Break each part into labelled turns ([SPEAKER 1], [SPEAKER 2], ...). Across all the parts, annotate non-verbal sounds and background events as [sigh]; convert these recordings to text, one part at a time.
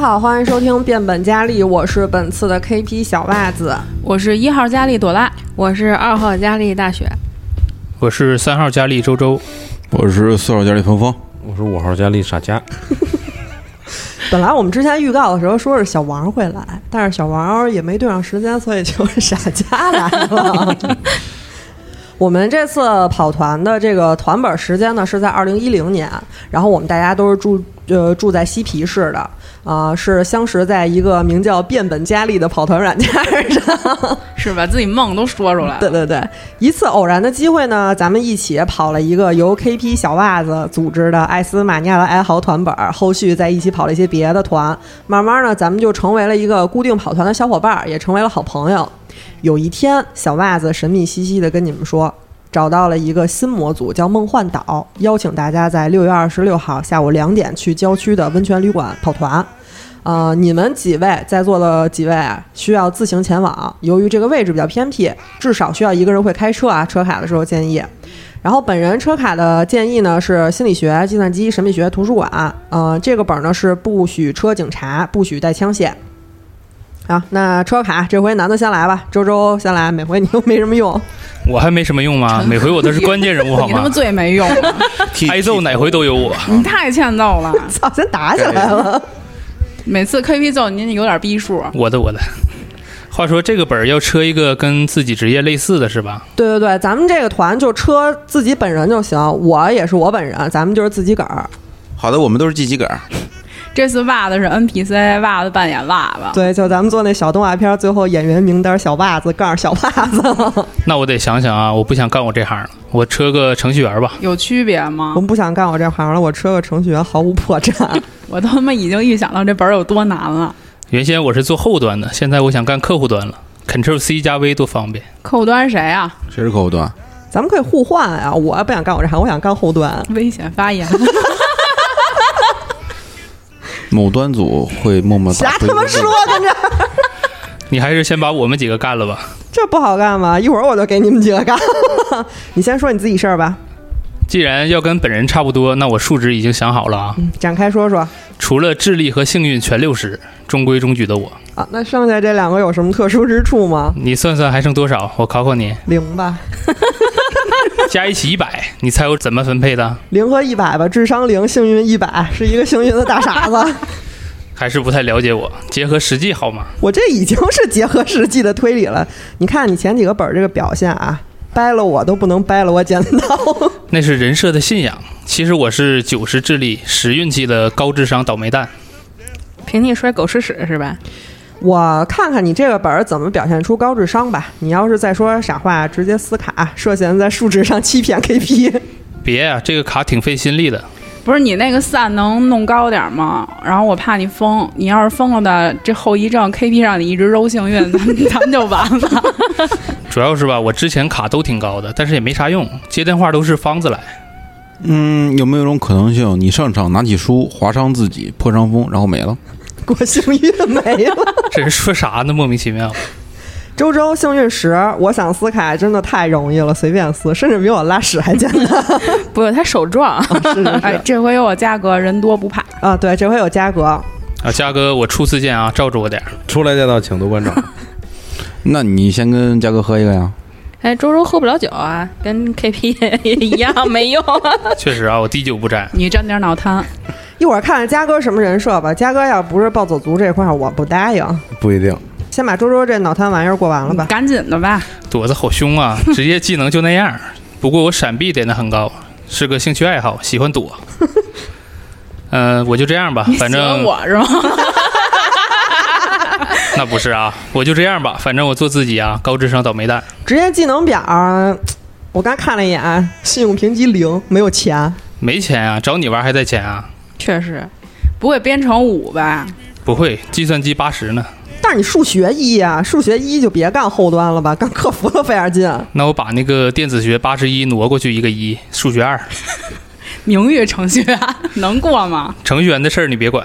[SPEAKER 1] 好，欢迎收听《变本加厉》，我是本次的 KP 小袜子，
[SPEAKER 2] 我是一号佳丽朵拉，
[SPEAKER 3] 我是二号佳丽大雪，
[SPEAKER 4] 我是三号佳丽周周，
[SPEAKER 5] 我是四号佳丽峰峰，
[SPEAKER 6] 我是五号佳丽傻佳。
[SPEAKER 1] 本来我们之前预告的时候说是小王会来，但是小王也没对上时间，所以就是傻佳来了。我们这次跑团的这个团本时间呢是在二零一零年，然后我们大家都是住呃住在西皮市的啊、呃是相识在一个名叫“变本加厉”的跑团软件上。
[SPEAKER 2] 是把自己梦都说出来
[SPEAKER 1] 对
[SPEAKER 2] 了。
[SPEAKER 1] 对对，一次偶然的机会呢，咱们一起跑了一个由 KP 小袜子组织的艾斯马尼亚的哀嚎团本儿，后续在一起跑了一些别的团，慢慢呢，咱们就成为了一个固定跑团的小伙伴儿，也成为了好朋友。有一天，小袜子神秘兮兮的跟你们说。找到了一个新模组，叫梦幻岛，邀请大家在六月二十六号下午两点去郊区的温泉旅馆跑团。呃，你们几位在座的几位啊需要自行前往。由于这个位置比较偏僻，至少需要一个人会开车啊。车卡的时候建议。然后本人车卡的建议呢是心理学、计算机、神秘学、图书馆。呃，这个本儿呢是不许车警察，不许带枪械。好，那车卡这回男的先来吧，周周先来，每回你都没什么用。
[SPEAKER 4] 我还没什么用吗？每回我都是关键人物好
[SPEAKER 2] 你他妈
[SPEAKER 4] 吗？
[SPEAKER 2] 最没用，
[SPEAKER 4] [laughs] 挨揍哪回都有我。
[SPEAKER 2] [laughs] 你太欠揍了！
[SPEAKER 1] [laughs] 操，先打起来了。
[SPEAKER 2] 每次 KP 揍你，你有点逼数。
[SPEAKER 4] 我的我的。话说这个本儿要车一个跟自己职业类似的是吧？
[SPEAKER 1] 对对对，咱们这个团就车自己本人就行，我也是我本人，咱们就是自己个儿。
[SPEAKER 5] 好的，我们都是记己个儿，
[SPEAKER 2] 这次袜子是 NPC，袜子扮演袜子。
[SPEAKER 1] 对，就咱们做那小动画片，最后演员名单小袜子杠小袜子，
[SPEAKER 4] 那我得想想啊，我不想干我这行了，我车个程序员吧。
[SPEAKER 2] 有区别吗
[SPEAKER 1] 我？们不想干我这行了，我车个程序员毫无破绽。
[SPEAKER 2] 我他妈已经预想到这本儿有多难了。
[SPEAKER 4] 原先我是做后端的，现在我想干客户端了。Ctrl C 加 V 多方便。
[SPEAKER 2] 客户端谁啊？
[SPEAKER 5] 谁是客户端？
[SPEAKER 1] 咱们可以互换啊！我不想干我这行，我想干后端。
[SPEAKER 2] 危险发 [laughs] 言。
[SPEAKER 5] 某端组会默默
[SPEAKER 1] 瞎
[SPEAKER 5] 打
[SPEAKER 1] 他妈说的这
[SPEAKER 4] 你还是先把我们几个干了吧。
[SPEAKER 1] 这不好干吧？一会儿我就给你们几个干了。你先说你自己事儿吧，
[SPEAKER 4] 既然要跟本人差不多，那我数值已经想好了啊，
[SPEAKER 1] 展开说说
[SPEAKER 4] 除了智力和幸运全六十，中规中矩的我。
[SPEAKER 1] 啊。那剩下这两个有什么特殊之处吗？
[SPEAKER 4] 你算算还剩多少？我考考你，
[SPEAKER 1] 零吧，
[SPEAKER 4] 加一起一百，你猜我怎么分配的？
[SPEAKER 1] 零和一百吧，智商零，幸运一百，是一个幸运的大傻子。
[SPEAKER 4] 还是不太了解我，结合实际好吗？
[SPEAKER 1] 我这已经是结合实际的推理了。 [laughs] 你看你前几个本儿这个表现啊，掰了我都不能掰了我剪刀。
[SPEAKER 4] 那是人设的信仰。其实我是九十智力、十运气的高智商倒霉蛋。
[SPEAKER 3] 平地摔狗吃屎是吧？
[SPEAKER 1] [laughs] 我看看你这个本儿怎么表现出高智商吧。你要是再说傻话，直接撕卡，涉嫌在数值上欺骗 KP。 [laughs]
[SPEAKER 4] 别呀、这个卡挺费心力的。
[SPEAKER 2] 不是你那个散能弄高点吗？然后我怕你疯，你要是疯了的，这后遗症 KP 让你一直揉幸运，咱们咱们就完了。
[SPEAKER 4] 主要是吧，我之前卡都挺高的，但是也没啥用，接电话都是方子来。
[SPEAKER 5] 嗯，有没有一种可能性，你上场拿起书划伤自己，破伤风，然后没了？
[SPEAKER 1] 我幸运没 [laughs] 了，
[SPEAKER 4] 这人说啥呢？莫名其妙。
[SPEAKER 1] 周周幸运十，我想撕卡真的太容易了，随便撕，甚至比我拉屎还简单。 [laughs]
[SPEAKER 3] 不，他手撞，
[SPEAKER 1] 哦
[SPEAKER 2] [laughs]
[SPEAKER 1] 是是
[SPEAKER 2] 哎
[SPEAKER 1] 是，
[SPEAKER 2] 这回有我价格，人多不怕。
[SPEAKER 1] 啊，对，这回有嘉哥，
[SPEAKER 4] 啊，嘉哥，我初次见啊，罩着我点儿。
[SPEAKER 6] 初来乍到，请多关照。
[SPEAKER 5] [laughs] 那你先跟嘉哥喝一个呀？
[SPEAKER 3] 哎，周周喝不了酒啊，跟 KP 也一样没用。
[SPEAKER 4] 确实啊，我滴酒不沾。
[SPEAKER 2] [laughs] 你沾点脑瘫，
[SPEAKER 1] 一会儿看看嘉哥什么人设吧。嘉哥要不是暴走族这块儿，我不答应。
[SPEAKER 6] 不一定，
[SPEAKER 1] 先把周周这脑瘫玩意儿过完了吧。
[SPEAKER 2] 赶紧的吧。
[SPEAKER 4] 朵子好凶啊，职业技能就那样。不过我闪避点的很高，是个兴趣爱好，喜欢躲。呃，我就这样吧
[SPEAKER 2] 你，喜
[SPEAKER 4] 反
[SPEAKER 2] 欢
[SPEAKER 4] 正
[SPEAKER 2] 我是吗？
[SPEAKER 4] [laughs] 那不是啊，我就这样吧，反正我做自己啊，高智商倒霉蛋。
[SPEAKER 1] 职业技能表儿，我刚看了一眼，信用评级零，没有钱。
[SPEAKER 4] 没钱啊，找你玩还带钱啊？
[SPEAKER 3] 确实，
[SPEAKER 2] 不会编程五吧？
[SPEAKER 4] 不会，计算机八十呢。
[SPEAKER 1] 但是你数学一啊，数学一就别干后端了吧，干客服都费点劲。
[SPEAKER 4] 那我把那个电子学八十一挪过去一个一，数学二，
[SPEAKER 2] 名誉程序员 [laughs] 能过吗？
[SPEAKER 4] 程序员的事儿你别管。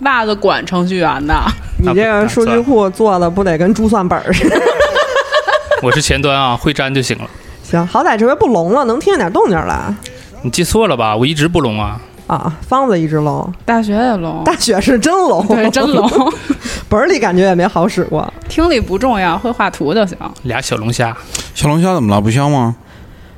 [SPEAKER 2] 袜子管程序员的，
[SPEAKER 1] 你这个数据库做的不得跟珠算本儿似的？
[SPEAKER 4] 我是前端啊，会粘就行了。
[SPEAKER 1] 行，好歹这回不聋了，能听见点动静了。
[SPEAKER 4] 你记错了吧？我一直不聋啊。
[SPEAKER 1] 啊，方子一只龙，
[SPEAKER 2] 大学也聋，
[SPEAKER 1] 大雪是真龙，，
[SPEAKER 2] 对，真聋，
[SPEAKER 1] [laughs] 本儿里感觉也没好使过。
[SPEAKER 2] [laughs] 听力不重要，会画图就行。
[SPEAKER 4] 俩小龙虾，
[SPEAKER 5] 小龙虾怎么了？不香吗？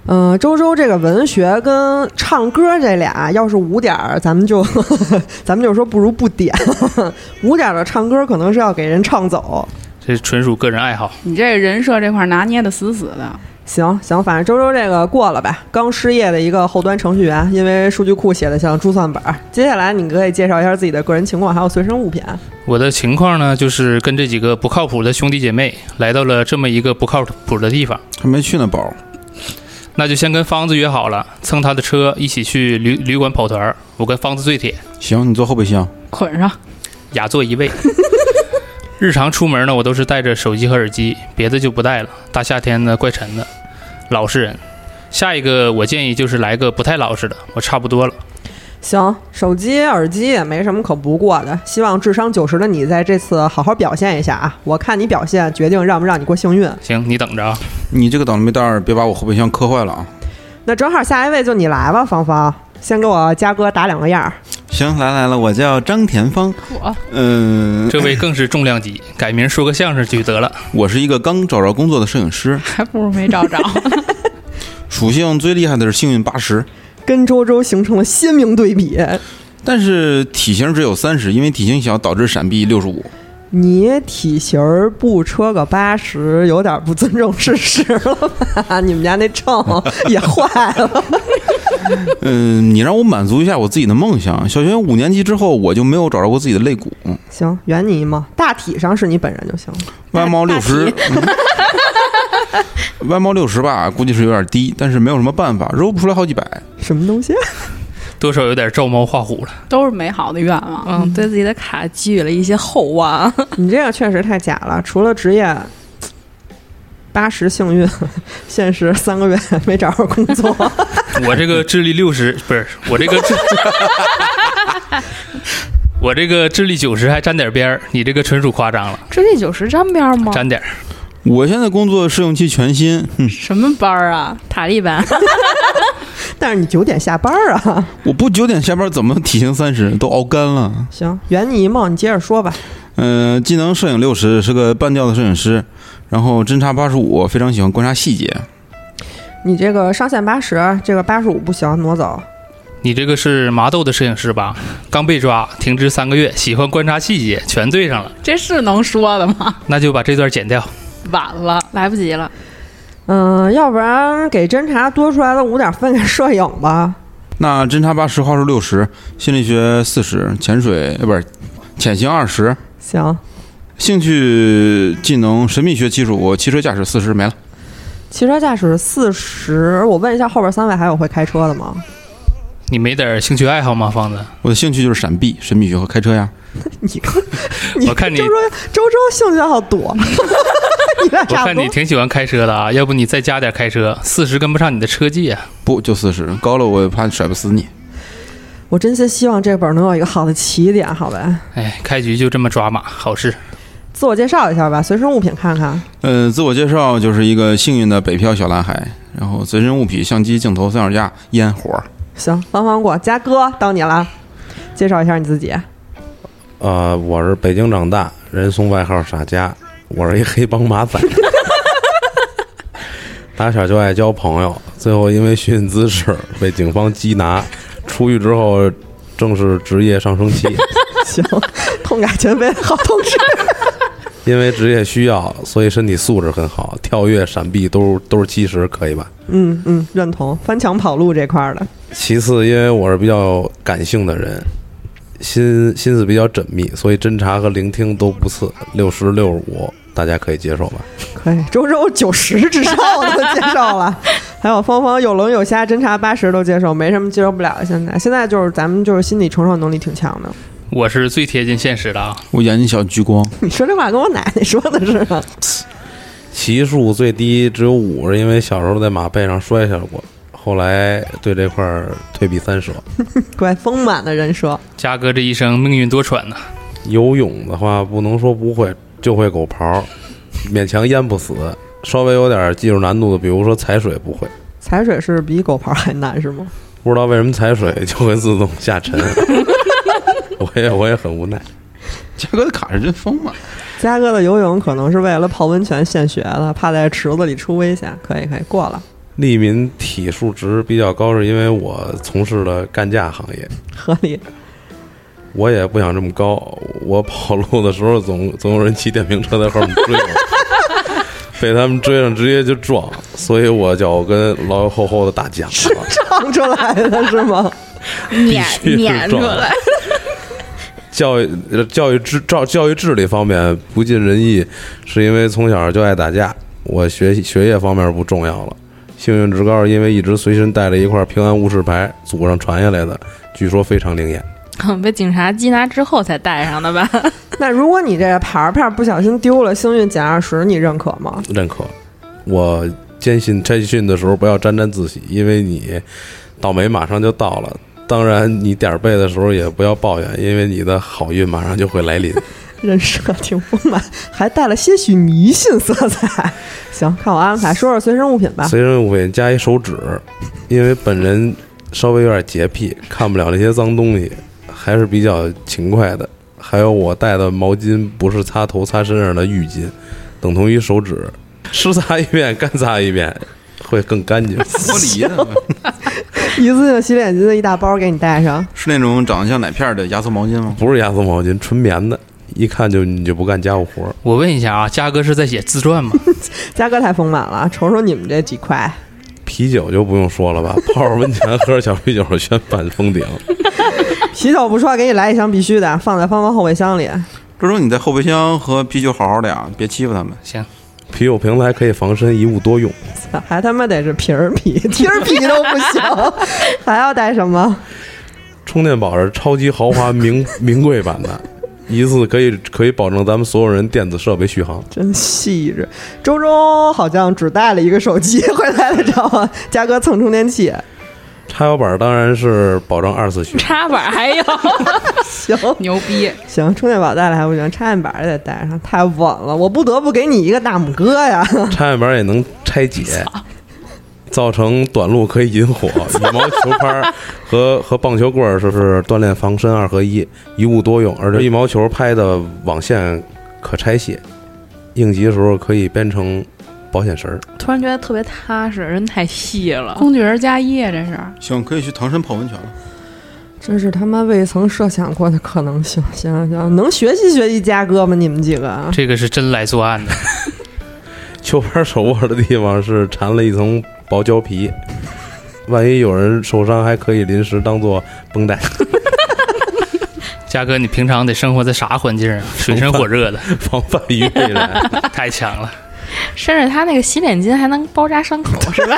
[SPEAKER 1] 嗯、周周这个文学跟唱歌这俩，要是五点儿，咱们就 [laughs] 咱们就说不如不点。 [laughs] 五点儿的唱歌可能是要给人唱走。
[SPEAKER 4] 这纯属个人爱好。
[SPEAKER 2] 你这人设这块拿捏的死死的，
[SPEAKER 1] 行行，反正周周这个过了吧。刚失业的一个后端程序员，因为数据库写的像珠算本儿。接下来你可以介绍一下自己的个人情况，还有随身物品。
[SPEAKER 4] 我的情况呢，就是跟这几个不靠谱的兄弟姐妹来到了这么一个不靠谱的地方，
[SPEAKER 5] 还没去呢，宝儿。
[SPEAKER 4] 那就先跟方子约好了，蹭他的车一起去旅旅馆跑团儿。我跟方子最铁，
[SPEAKER 5] 行，你坐后备箱。
[SPEAKER 2] 捆 [laughs] 上。
[SPEAKER 4] 雅座一位。日常出门呢，我都是带着手机和耳机，别的就不带了。大夏天的，怪沉的，老实人。下一个我建议就是来个不太老实的，我差不多了。
[SPEAKER 1] 行，手机、耳机也没什么可不过的。希望智商九十的你在这次好好表现一下啊！我看你表现决定让不让你过幸运。
[SPEAKER 4] 行，你等着啊。
[SPEAKER 5] 你这个倒霉蛋儿，别把我后备箱磕坏了啊！
[SPEAKER 1] 那正好下一位就你来吧，芳芳，先给我嘉哥打两个样儿。
[SPEAKER 5] 行，来来了，我叫张田芳。
[SPEAKER 3] 我
[SPEAKER 5] 嗯、
[SPEAKER 4] 这位更是重量级，改名说个相声就得了。
[SPEAKER 5] 我是一个刚找着工作的摄影师，
[SPEAKER 2] 还不如没找着。
[SPEAKER 5] 属性最厉害的是幸运八十，
[SPEAKER 1] 跟周周形成了鲜明对比。
[SPEAKER 5] 但是体型只有三十，因为体型小导致闪避六十五。
[SPEAKER 1] 你体型儿不车个八十，有点不尊重事实了吧？你们家那秤也坏了。
[SPEAKER 5] 嗯、你让我满足一下我自己的梦想。小学五年级之后，我就没有找着过自己的肋骨。嗯
[SPEAKER 1] 行，圆你一梦，大体上是你本人就行了。
[SPEAKER 5] 外貌六十
[SPEAKER 3] 大，
[SPEAKER 5] 嗯外貌六十吧，估计是有点低，但是没有什么办法，揉不出来好几百。
[SPEAKER 1] 什么东西？啊
[SPEAKER 4] 多少有点照猫画虎了。
[SPEAKER 2] 都是美好的愿望。
[SPEAKER 3] 嗯，对自己的卡寄予了一些厚
[SPEAKER 2] [laughs]
[SPEAKER 3] 望。
[SPEAKER 1] 你这个确实太假了，除了职业。八十幸运，现实三个月没找着工作，
[SPEAKER 4] 我这个智力六十， [laughs] 不是我这个智，我这个智力九十还沾点边儿，你这个纯属夸张了，
[SPEAKER 3] 这力九十沾边吗？
[SPEAKER 4] 沾点儿。
[SPEAKER 5] 我现在工作试用期全新，嗯哼，
[SPEAKER 2] 什么班儿啊？
[SPEAKER 3] 塔利 [laughs] 班，
[SPEAKER 1] [laughs] 但是你九点下班儿啊。
[SPEAKER 5] 我不九点下班怎么体型三十都熬干了？
[SPEAKER 1] 行，圆你一梦，你接着说吧。
[SPEAKER 5] 嗯、技能摄影六十，是个半吊子摄影师，然后侦查八十五，非常喜欢观察细节。
[SPEAKER 1] 你这个上限八十，啊这个八十五不行，挪走。
[SPEAKER 4] 你这个是麻豆的摄影师吧？刚被抓，停职三个月，喜欢观察细节，全对上了。
[SPEAKER 2] 这是能说的吗？
[SPEAKER 4] 那就把这段剪掉。
[SPEAKER 2] 晚了，
[SPEAKER 3] 来不及了。
[SPEAKER 1] 嗯，要不然给侦查多出来的五点分给摄影吧。
[SPEAKER 5] 那侦查八十，话术六十，心理学四十，潜水呃不是潜行二十，
[SPEAKER 1] 行，
[SPEAKER 5] 兴趣技能神秘学七十五，汽车驾驶四十没了。
[SPEAKER 1] 汽车驾驶四十，我问一下后边三位还有会开车的吗？
[SPEAKER 4] 你没点兴趣爱好吗，方子？
[SPEAKER 5] 我的兴趣就是闪避、神秘学和开车呀。
[SPEAKER 1] 你看，你
[SPEAKER 4] [laughs] 我看你
[SPEAKER 1] 周周周周兴趣爱好多， [laughs] 你俩
[SPEAKER 4] 我
[SPEAKER 1] 差不
[SPEAKER 4] 看
[SPEAKER 1] 多
[SPEAKER 4] 你。挺喜欢开车的啊，要不你再加点开车，四十跟不上你的车技啊。
[SPEAKER 5] 不就四十，高了我也怕甩不死你。
[SPEAKER 1] 我真心希望这本能有一个好的起点，好吧？
[SPEAKER 4] 哎，开局就这么抓马，好事。
[SPEAKER 1] 自我介绍一下吧，随身物品看看。
[SPEAKER 5] 呃，自我介绍就是一个幸运的北漂小男孩，然后随身物品：相机、镜头、三脚架、烟火。
[SPEAKER 1] 行，芳芳过，嘉哥到你了，介绍一下你自己。 [laughs]
[SPEAKER 6] 呃，我是北京长大，人送外号傻家，我是一黑帮马仔。打小就爱交朋友，最后因为寻衅滋事被警方缉拿，出狱之后正是职业上升期。
[SPEAKER 1] 行，痛改前非，好同事。
[SPEAKER 6] 因为职业需要，所以身体素质很好，跳跃、闪避都都是七十，可以吧？
[SPEAKER 1] 嗯嗯，认同翻墙跑路这块儿的。
[SPEAKER 6] 其次，因为我是比较感性的人，心心思比较缜密，所以侦查和聆听都不次。六十六十五，大家可以接受吧？
[SPEAKER 1] 可以，周周九十之上我都 [laughs] 接受了，还有芳芳有龙有虾，侦查八十都接受，没什么接受不了的。现在现在就是咱们就是心理承受能力挺强的。
[SPEAKER 4] 我是最贴近现实的啊。
[SPEAKER 5] 我眼睛小聚光，
[SPEAKER 1] 你说这话跟我奶奶说的似 [laughs] 的。
[SPEAKER 6] 骑数最低只有五，是因为小时候在马背上摔下过，后来对这块儿退避三舍。
[SPEAKER 1] 怪丰满的人设，
[SPEAKER 4] 嘉哥这一生命运多舛呐、
[SPEAKER 6] 游泳的话，不能说不会，就会狗刨，勉强淹不死。稍微有点技术难度的，比如说踩水不会。
[SPEAKER 1] 踩水是比狗刨还难是吗？
[SPEAKER 6] 不知道为什么踩水就会自动下沉，我也我也很无奈。
[SPEAKER 5] [laughs] 嘉哥的卡是真丰满，
[SPEAKER 1] 嘉哥的游泳可能是为了泡温泉现学的，怕在池子里出危险。可以可以，过了。
[SPEAKER 6] 利民体数值比较高，是因为我从事了干架行业，
[SPEAKER 1] 合理，
[SPEAKER 6] 我也不想这么高。我跑路的时候总总有人骑电瓶车在后面追我，被他们追上直接就撞，所以我脚跟老有厚厚的大茧子，
[SPEAKER 1] 唱出来的是 [laughs] 吗？
[SPEAKER 3] 撵
[SPEAKER 6] 必须是
[SPEAKER 3] 撵出
[SPEAKER 6] 撞的
[SPEAKER 3] 来， [laughs]
[SPEAKER 6] 教育呃教育治教 [laughs] 教育治理方面不尽人意，是因为从小就爱打架。我学习学业方面不重要了，幸运值高是因为一直随身带着一块平安无事牌，祖上传下来的，据说非常灵验。
[SPEAKER 3] 被警察缉拿之后才带上的
[SPEAKER 2] [laughs]
[SPEAKER 3] 吧？
[SPEAKER 1] 那如果你这个牌儿牌儿不小心丢了，幸运减二十，你认可吗？
[SPEAKER 6] 认可。我坚信拆训的时候不要沾沾自喜，因为你倒霉马上就到了。当然，你点儿背的时候也不要抱怨，因为你的好运马上就会来临。
[SPEAKER 1] 人设挺丰满，还带了些许迷信色彩。行，看我安排，说说随身物品吧。
[SPEAKER 6] 随身物品加一手纸，因为本人稍微有点洁癖，看不了那些脏东西，还是比较勤快的。还有我带的毛巾不是擦头擦身上的浴巾，等同于手 [laughs] 纸，湿擦一遍，干擦一遍，会更干净。
[SPEAKER 5] 玻璃的，
[SPEAKER 1] 一次性洗脸巾的一大包给你带上，
[SPEAKER 5] [laughs] 是那种长得像奶片儿的压缩毛巾吗？
[SPEAKER 6] 不是压缩毛巾，纯棉的，一看就你就不干家务活儿。
[SPEAKER 4] 我问一下啊，嘉哥是在写自
[SPEAKER 1] [laughs]
[SPEAKER 4] 传吗？
[SPEAKER 1] 嘉哥太丰满了，瞅瞅你们这几块，
[SPEAKER 6] 啤酒就不用说了吧，泡着温泉，喝着小啤酒，宣版封顶。
[SPEAKER 1] 啤酒不说，给你来一箱必须的，放在芳芳后备箱里。
[SPEAKER 5] 这时候你在后备箱和啤酒好好的呀，别欺负他们。
[SPEAKER 4] 行，
[SPEAKER 6] 啤酒瓶子还可以防身，一物多用。
[SPEAKER 1] 还他妈得是瓶儿啤，瓶儿啤都不行，还要带什么？
[SPEAKER 6] 充电宝是超级豪华名名贵版的，一次可以可以保证咱们所有人电子设备续航。
[SPEAKER 1] 真细致。周周好像只带了一个手机回来了，知道吗？嘉哥蹭充电器，
[SPEAKER 6] 插摇板当然是保证二次续航。
[SPEAKER 3] 插板还有，
[SPEAKER 1] 行
[SPEAKER 2] 牛逼！
[SPEAKER 1] 行，充电宝带了还不行，插线板也得带上，太稳了，我不得不给你一个大拇哥呀！
[SPEAKER 6] 插线板也能拆解，造成短路可以引火。羽毛球拍儿和和棒球棍儿是是锻炼防身二合一，一物多用，而且羽毛球拍的网线可拆卸，应急的时候可以编成保险绳儿。
[SPEAKER 3] 突然觉得特别踏实，人太细了。
[SPEAKER 2] 工具人加一啊，这是
[SPEAKER 5] 行，可以去唐山泡温泉了。
[SPEAKER 1] 真是他妈未曾设想过的可能性。行行，能学习学习嘉哥吗？你们几个？
[SPEAKER 4] 这个是真来作案的。
[SPEAKER 6] 球拍手握的地方是缠了一层薄胶皮，万一有人受伤，还可以临时当做绷带 [laughs]
[SPEAKER 4] 嘉哥，你平常得生活在啥环境啊？水深
[SPEAKER 1] [laughs]
[SPEAKER 4] 火热的，
[SPEAKER 6] 防范于未然。
[SPEAKER 4] 太强了。
[SPEAKER 3] 甚至他那个洗脸巾还能包扎伤口，是吧？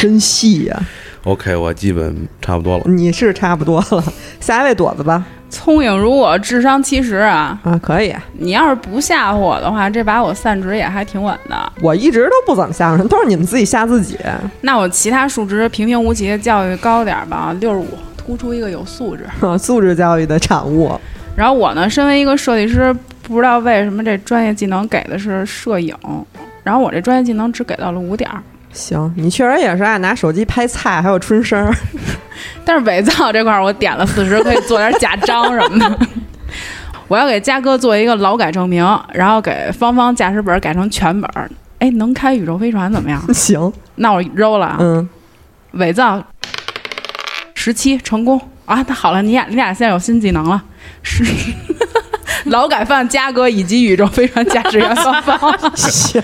[SPEAKER 1] 真细呀、
[SPEAKER 6] OK，我基本差不多了。
[SPEAKER 1] 你是差不多了，下一位朵子吧。
[SPEAKER 2] 聪颖如我，智商七十啊！
[SPEAKER 1] 啊，可以，
[SPEAKER 2] 你要是不吓唬我的话，这把我散值也还挺稳的。
[SPEAKER 1] 我一直都不怎么吓人，都是你们自己吓自己。
[SPEAKER 2] 那我其他数值平平无奇，教育高点儿吧，六十五，突出一个有素质。
[SPEAKER 1] 素质教育的产物，
[SPEAKER 2] 然后我呢，身为一个设计师，不知道为什么这专业技能给的是摄影，然后我这专业技能只给到了五点儿。
[SPEAKER 1] 行，你确实也是爱拿手机拍菜，还有春生儿。
[SPEAKER 2] 但是伪造这块儿我点了四十，可以做点假章什么的。 [laughs] 我要给嘉哥做一个劳改证明，然后给芳芳驾驶本改成全本儿。哎，能开宇宙飞船怎么样？
[SPEAKER 1] 行，
[SPEAKER 2] 那我揉了啊，
[SPEAKER 1] 嗯，
[SPEAKER 2] 伪造十七成功啊！那好了，你俩你俩现在有新技能了，是 [laughs] 劳改犯嘉哥以及宇宙飞船驾驶员芳芳。
[SPEAKER 1] [laughs] 行，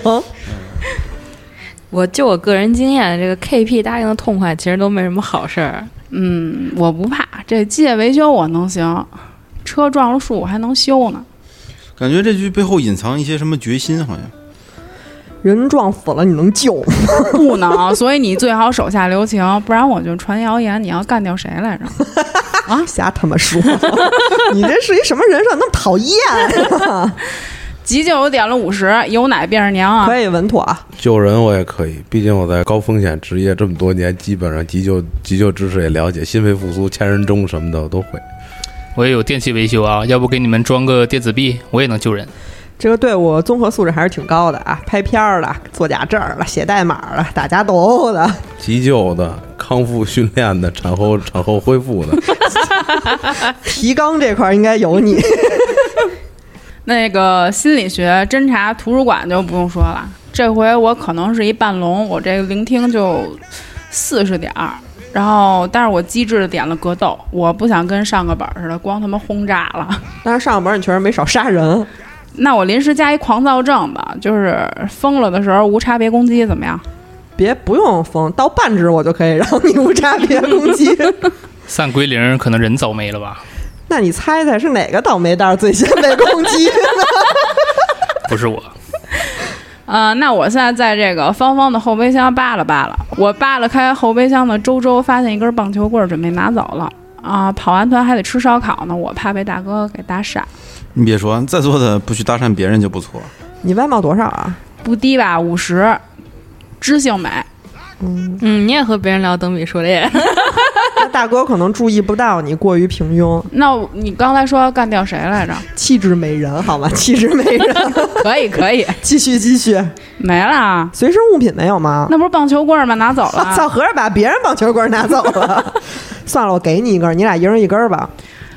[SPEAKER 3] 我就我个人经验，这个 KP 答应的痛快，其实都没什么好事儿。
[SPEAKER 2] 嗯，我不怕，这机械维修我能行，车撞了树我还能修呢。
[SPEAKER 5] 感觉这句背后隐藏一些什么决心，好像
[SPEAKER 1] 人撞死了你能救？
[SPEAKER 2] 不能，所以你最好手下留情，不然我就传谣言你要干掉谁来着？
[SPEAKER 1] 瞎他妈说， [laughs] 你这是一什么人设？那么讨厌？
[SPEAKER 2] 急救我点了五十，有奶便是娘啊！
[SPEAKER 1] 可以稳妥啊，
[SPEAKER 6] 救人我也可以，毕竟我在高风险职业这么多年，基本上急救急救知识也了解，心肺复苏、千人中什么的我都会。
[SPEAKER 4] 我也有电器维修啊，要不给你们装个电子臂，我也能救人。
[SPEAKER 1] 这个队伍综合素质还是挺高的啊，拍片儿了，做假证儿了，写代码了，打架斗殴的，
[SPEAKER 6] 急救的、康复训练的、产后产后恢复的，
[SPEAKER 1] 提纲这块儿应该有你。
[SPEAKER 2] 那个心理学、侦查、图书馆就不用说了。这回我可能是一半聋，我这个聆听就四十点儿，然后但是我机智的点了格斗，我不想跟上个本儿似的，光他妈轰炸了。
[SPEAKER 1] 但是上本儿你确实没少杀人，
[SPEAKER 2] 那我临时加一狂躁症吧，就是疯了的时候无差别攻击怎么样？
[SPEAKER 1] 别不用封，到半只我就可以让你无差别攻击。
[SPEAKER 4] 散归零，可能人早没了吧？
[SPEAKER 1] 那你猜猜是哪个倒霉蛋儿最先被攻击？
[SPEAKER 4] 不是我，
[SPEAKER 2] 呃，那我现在在这个芳芳的后备箱扒拉扒拉，我扒拉开后备箱的周周，发现一根棒球棍儿，准备拿走了。啊，跑完团还得吃烧烤呢，我怕被大哥给打傻。
[SPEAKER 5] 你别说，在座的不去搭讪别人就不错。
[SPEAKER 1] 你外貌多少啊？
[SPEAKER 2] 不低吧，五十，知性美。
[SPEAKER 3] 嗯，你也和别人聊等比数
[SPEAKER 2] [laughs]
[SPEAKER 3] 列，
[SPEAKER 1] 那大哥可能注意不到你过于平庸，
[SPEAKER 2] 那我你刚才说要干掉谁来着？
[SPEAKER 1] 气质美人，好吗？气质美人，
[SPEAKER 2] 可以，可以，
[SPEAKER 1] 继续继续。
[SPEAKER 2] 没了啊。
[SPEAKER 1] 随身物品没有吗？。
[SPEAKER 2] 那不是棒球棍儿吗？拿走了啊
[SPEAKER 1] [laughs] 操，合着把别人棒球棍拿走了。 [laughs] 算了，我给你一根儿，你俩一人一根儿吧。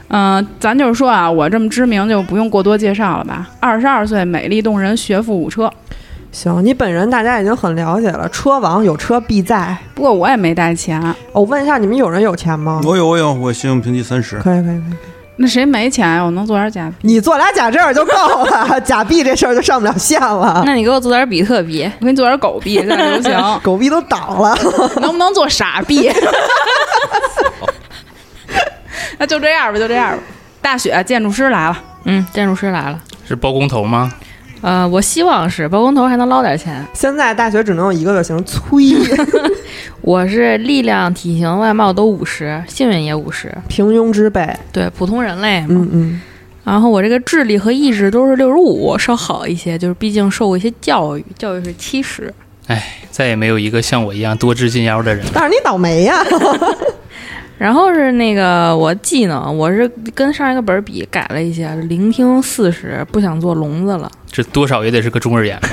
[SPEAKER 2] 嗯、咱就是说啊，我这么知名就不用过多介绍了吧。二十二岁，美丽动人，学富五车。
[SPEAKER 1] 行，你本人大家已经很了解了，车王有车必在。
[SPEAKER 2] 不过我也没带钱，
[SPEAKER 1] 我、问一下，你们有人有钱吗？
[SPEAKER 5] 我有我有，我信用评级三十。
[SPEAKER 1] 可以可以可以，
[SPEAKER 2] 那谁没钱啊呀？我能做点假币。
[SPEAKER 1] 你做俩假证儿就够了，假币这事儿就上不了线了。
[SPEAKER 3] 那你给我做点比特币。
[SPEAKER 2] 我给你做点狗币，现在
[SPEAKER 1] [laughs]
[SPEAKER 2] 流行，
[SPEAKER 1] 狗逼都倒了，
[SPEAKER 2] 能不能做傻币？ [laughs] 那就这样吧，就这样吧。大雪建筑师来了，
[SPEAKER 3] 嗯，建筑师来了，
[SPEAKER 4] 是包工头吗？
[SPEAKER 3] 呃，我希望是包工头还能捞点钱。
[SPEAKER 1] 现在大学只能有一个就行，催，
[SPEAKER 3] 我是力量、体型、外貌都五十，幸运也五十，
[SPEAKER 1] 平庸之辈。
[SPEAKER 3] 对，普通人类嘛。
[SPEAKER 1] 嗯嗯，
[SPEAKER 3] 然后我这个智力和意志都是六十五，稍好一些，就是毕竟受过一些教育，教育是七十。
[SPEAKER 4] 再也没有一个像我一样多智近妖的人了。
[SPEAKER 1] 但是你倒霉呀、
[SPEAKER 3] 然后是那个我技能，我是跟上一个本儿比改了一些，聆听四十，不想做聋子了，
[SPEAKER 4] 这多少也得是个中耳炎吧？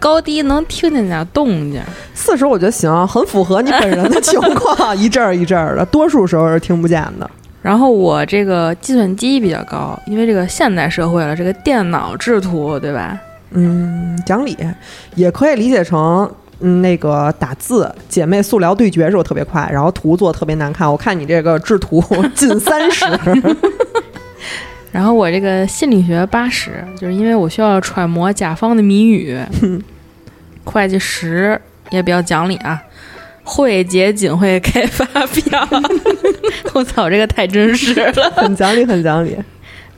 [SPEAKER 3] 高低能听见点动静。
[SPEAKER 1] 四十我觉得行，很符合你本人的情况，一阵儿一阵儿的，多数时候是听不见的。
[SPEAKER 3] 然后我这个计算机比较高，因为这个现代社会了，这个电脑制图，对吧？
[SPEAKER 1] 嗯，讲理，也可以理解成。嗯，那个打字姐妹速聊对决时候特别快，然后图做特别难看。我看你这个制图 [laughs] 近三十，
[SPEAKER 3] 然后我这个心理学八十，就是因为我需要揣摩甲方的谜语。会计十也比较讲理啊，会结仅会开发票。 [laughs] 我操，这个太真实了。
[SPEAKER 1] 很讲理，很讲理。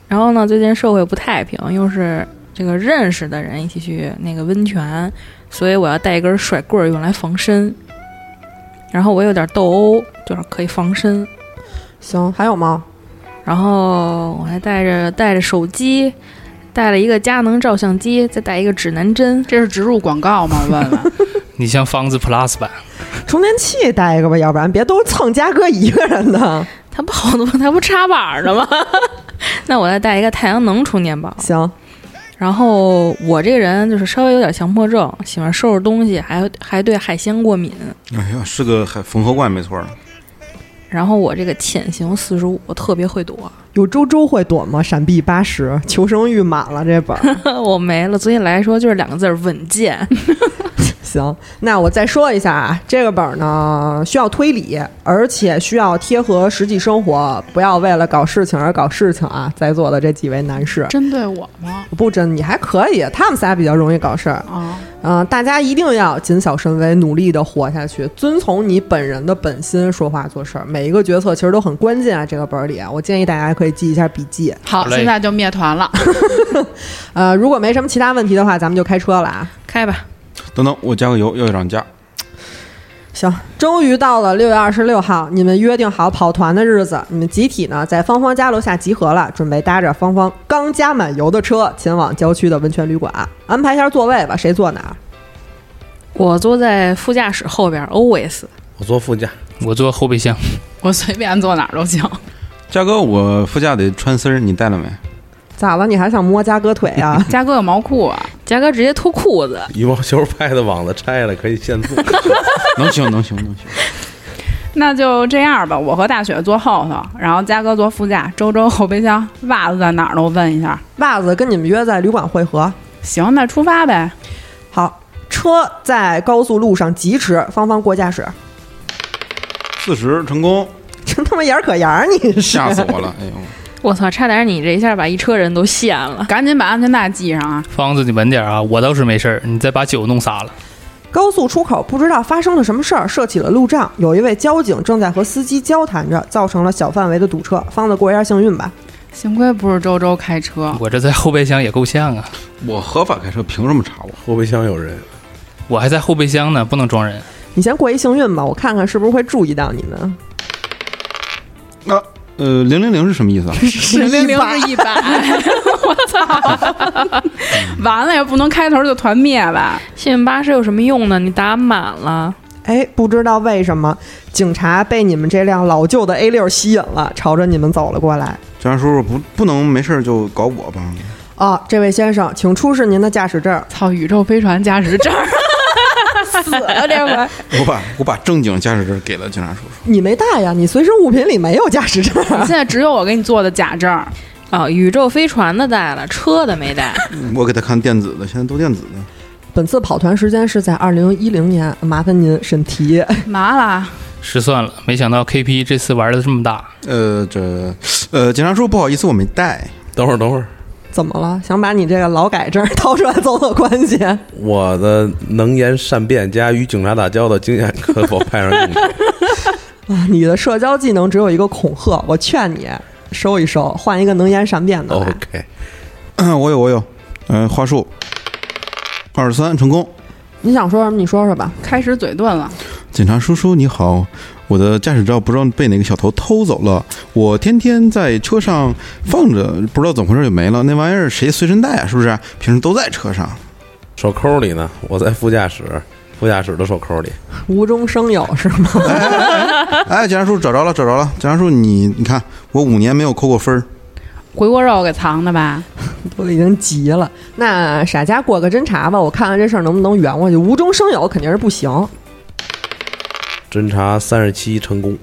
[SPEAKER 3] 然后呢，最近社会不太平，又是这个认识的人一起去那个温泉，所以我要带一根甩棍儿用来防身。然后我有点斗殴，就是可以防身。
[SPEAKER 1] 行，还有吗？
[SPEAKER 3] 然后我还带着带着手机，带了一个佳能照相机，再带一个指南针。
[SPEAKER 2] 这是植入广告吗？我问问。
[SPEAKER 4] 你像方子 Plus 版，
[SPEAKER 1] 充电器带一个吧，要不然别都蹭嘉哥一个人的。
[SPEAKER 3] 它不好多，它不插板儿呢吗？ [laughs] 那我再带一个太阳能充电宝。
[SPEAKER 1] 行，
[SPEAKER 3] 然后我这个人就是稍微有点强迫症，喜欢收拾东西，还还对海鲜过敏。
[SPEAKER 5] 哎呀，是个还缝合怪没错儿。
[SPEAKER 3] 然后我这个潜行四十五，我特别会躲， [laughs]
[SPEAKER 1] 有周周会躲吗？闪避八十，求生欲满了这本
[SPEAKER 3] [laughs]
[SPEAKER 1] 儿。
[SPEAKER 3] 我没了。所以来说就是两个字儿稳健。 [laughs]
[SPEAKER 1] 行，那我再说一下啊，这个本儿呢需要推理，而且需要贴合实际生活，不要为了搞事情而搞事情啊！在座的这几位男士，
[SPEAKER 2] 针对我吗？
[SPEAKER 1] 不真你还可以，他们仨比较容易搞事儿。
[SPEAKER 2] 啊，
[SPEAKER 1] 嗯、大家一定要谨小慎微，努力的活下去，遵从你本人的本心说话做事儿。每一个决策其实都很关键啊，这个本儿里啊，我建议大家可以记一下笔记。
[SPEAKER 2] 好，
[SPEAKER 4] 好嘞
[SPEAKER 2] 现在就灭团了。
[SPEAKER 1] 呃，如果没什么其他问题的话，咱们就开车了啊。
[SPEAKER 3] 开吧，
[SPEAKER 5] 等等，我加个油，要一涨价。
[SPEAKER 1] 行，终于到了六月二十六号，你们约定好跑团的日子，你们集体呢在芳芳家楼下集合了，准备搭着芳芳刚加满油的车前往郊区的温泉旅馆。安排一下座位吧，谁坐哪儿？
[SPEAKER 3] 我坐在副驾驶后边，always。
[SPEAKER 6] [laughs] 我坐副驾，
[SPEAKER 4] 我坐后备箱，
[SPEAKER 2] 我随便坐哪儿都行。？
[SPEAKER 5] 嘉哥，我副驾得穿丝儿，你带了没？
[SPEAKER 1] 咋了？你还想摸嘉哥腿啊
[SPEAKER 2] 嘉哥有毛裤啊，
[SPEAKER 3] 嘉哥直接脱裤子，
[SPEAKER 6] 羽毛球拍的网子拆了，可以现做。 [laughs]
[SPEAKER 5] 能行能行能行，
[SPEAKER 2] 那就这样吧。我和大雪坐后头，然后嘉哥坐副驾，周周后备箱，袜子在哪儿呢？我问一下。
[SPEAKER 1] 袜子跟你们约在旅馆汇合。
[SPEAKER 2] 行，那出发呗。
[SPEAKER 1] 好，车在高速路上疾驰，芳芳过驾驶， [laughs]
[SPEAKER 5] 四十成功，
[SPEAKER 1] 真他妈眼儿可牙儿，啊你是
[SPEAKER 5] 吓死 [laughs] 我了！哎呦，
[SPEAKER 3] 我操，差点你这一下把一车人都陷了。
[SPEAKER 2] 赶紧把安全带系上啊！
[SPEAKER 4] 方子，你稳点啊！我倒是没事儿，你再把酒弄洒了。
[SPEAKER 1] 高速出口不知道发生了什么事儿，设起了路障。有一位交警正在和司机交谈着，造成了小范围的堵车。方子过一下幸运吧。
[SPEAKER 2] 幸亏不是周周开车，
[SPEAKER 4] 我这在后备箱也够呛啊，
[SPEAKER 5] 我合法开车凭什么查我？
[SPEAKER 6] 后备箱有人，
[SPEAKER 4] 我还在后备箱呢，不能装人。
[SPEAKER 1] 你先过一幸运吧，我看看是不是会注意到你们。
[SPEAKER 5] 那呃，零零零是什么意思啊？
[SPEAKER 2] 是零零
[SPEAKER 1] 100
[SPEAKER 2] 是一百，我操！完了也不能开头就团灭吧？
[SPEAKER 3] 幸运巴士有什么用呢？你打满了，
[SPEAKER 1] 哎，不知道为什么，警察被你们这辆老旧的 A 六吸引了，朝着你们走了过来。
[SPEAKER 5] 警察叔叔不不能没事儿就搞我吧？
[SPEAKER 1] 啊，这位先生，请出示您的驾驶证。
[SPEAKER 2] 操！宇宙飞船驾驶证，
[SPEAKER 1] 死了这回，
[SPEAKER 5] 我把我把正经驾驶证 [laughs] 给了警察叔叔。
[SPEAKER 1] 你没带呀？你随身物品里没有驾驶证。啊
[SPEAKER 2] 现在只有我给你做的假证。
[SPEAKER 3] 哦，宇宙飞船的带了，车的没带。
[SPEAKER 5] 我给他看电子的，现在都电子的。
[SPEAKER 1] 本次跑团时间是在二零一零年，麻烦您审题。 [laughs]
[SPEAKER 2] 麻啦，
[SPEAKER 4] 失算了，没想到 KP 这次玩的这么大。
[SPEAKER 5] 呃，这呃，警察叔叔不好意思，我没带。 [clears throat]
[SPEAKER 6] 等会儿等会儿，
[SPEAKER 1] 怎么了？想把你这个劳改证掏出来走走关系？
[SPEAKER 6] 我的能言善辩加与警察打交道经验可否派上用 [laughs] 场？
[SPEAKER 1] 啊，你的社交技能只有一个恐吓，我劝你收一收，换一个能言善辩的来。
[SPEAKER 6] 哦 OK，
[SPEAKER 5] 我有我有，嗯、话术二十三成功。
[SPEAKER 1] 你想说什么？你说说吧。
[SPEAKER 2] 开始嘴遁了。
[SPEAKER 5] 警察叔叔你好，我的驾驶照不知道被哪个小偷偷走了，我天天在车上放着，不知道怎么回事就没了。那玩意儿谁随身带啊？是不是？平时都在车 [laughs] 上。
[SPEAKER 6] 手抠里呢，我在副驾驶，副驾驶的手抠里。
[SPEAKER 1] 无中生有是吗？
[SPEAKER 5] 哎，警察叔叔找着了，找着了。警察叔叔你你看，我五年没有扣过分儿。
[SPEAKER 2] 回锅肉给藏的吧？
[SPEAKER 1] 都已经急了。那傻家过个侦查吧，我看看这事儿能不能圆过去。无中生有肯定是不行。
[SPEAKER 6] 侦查三十七成功，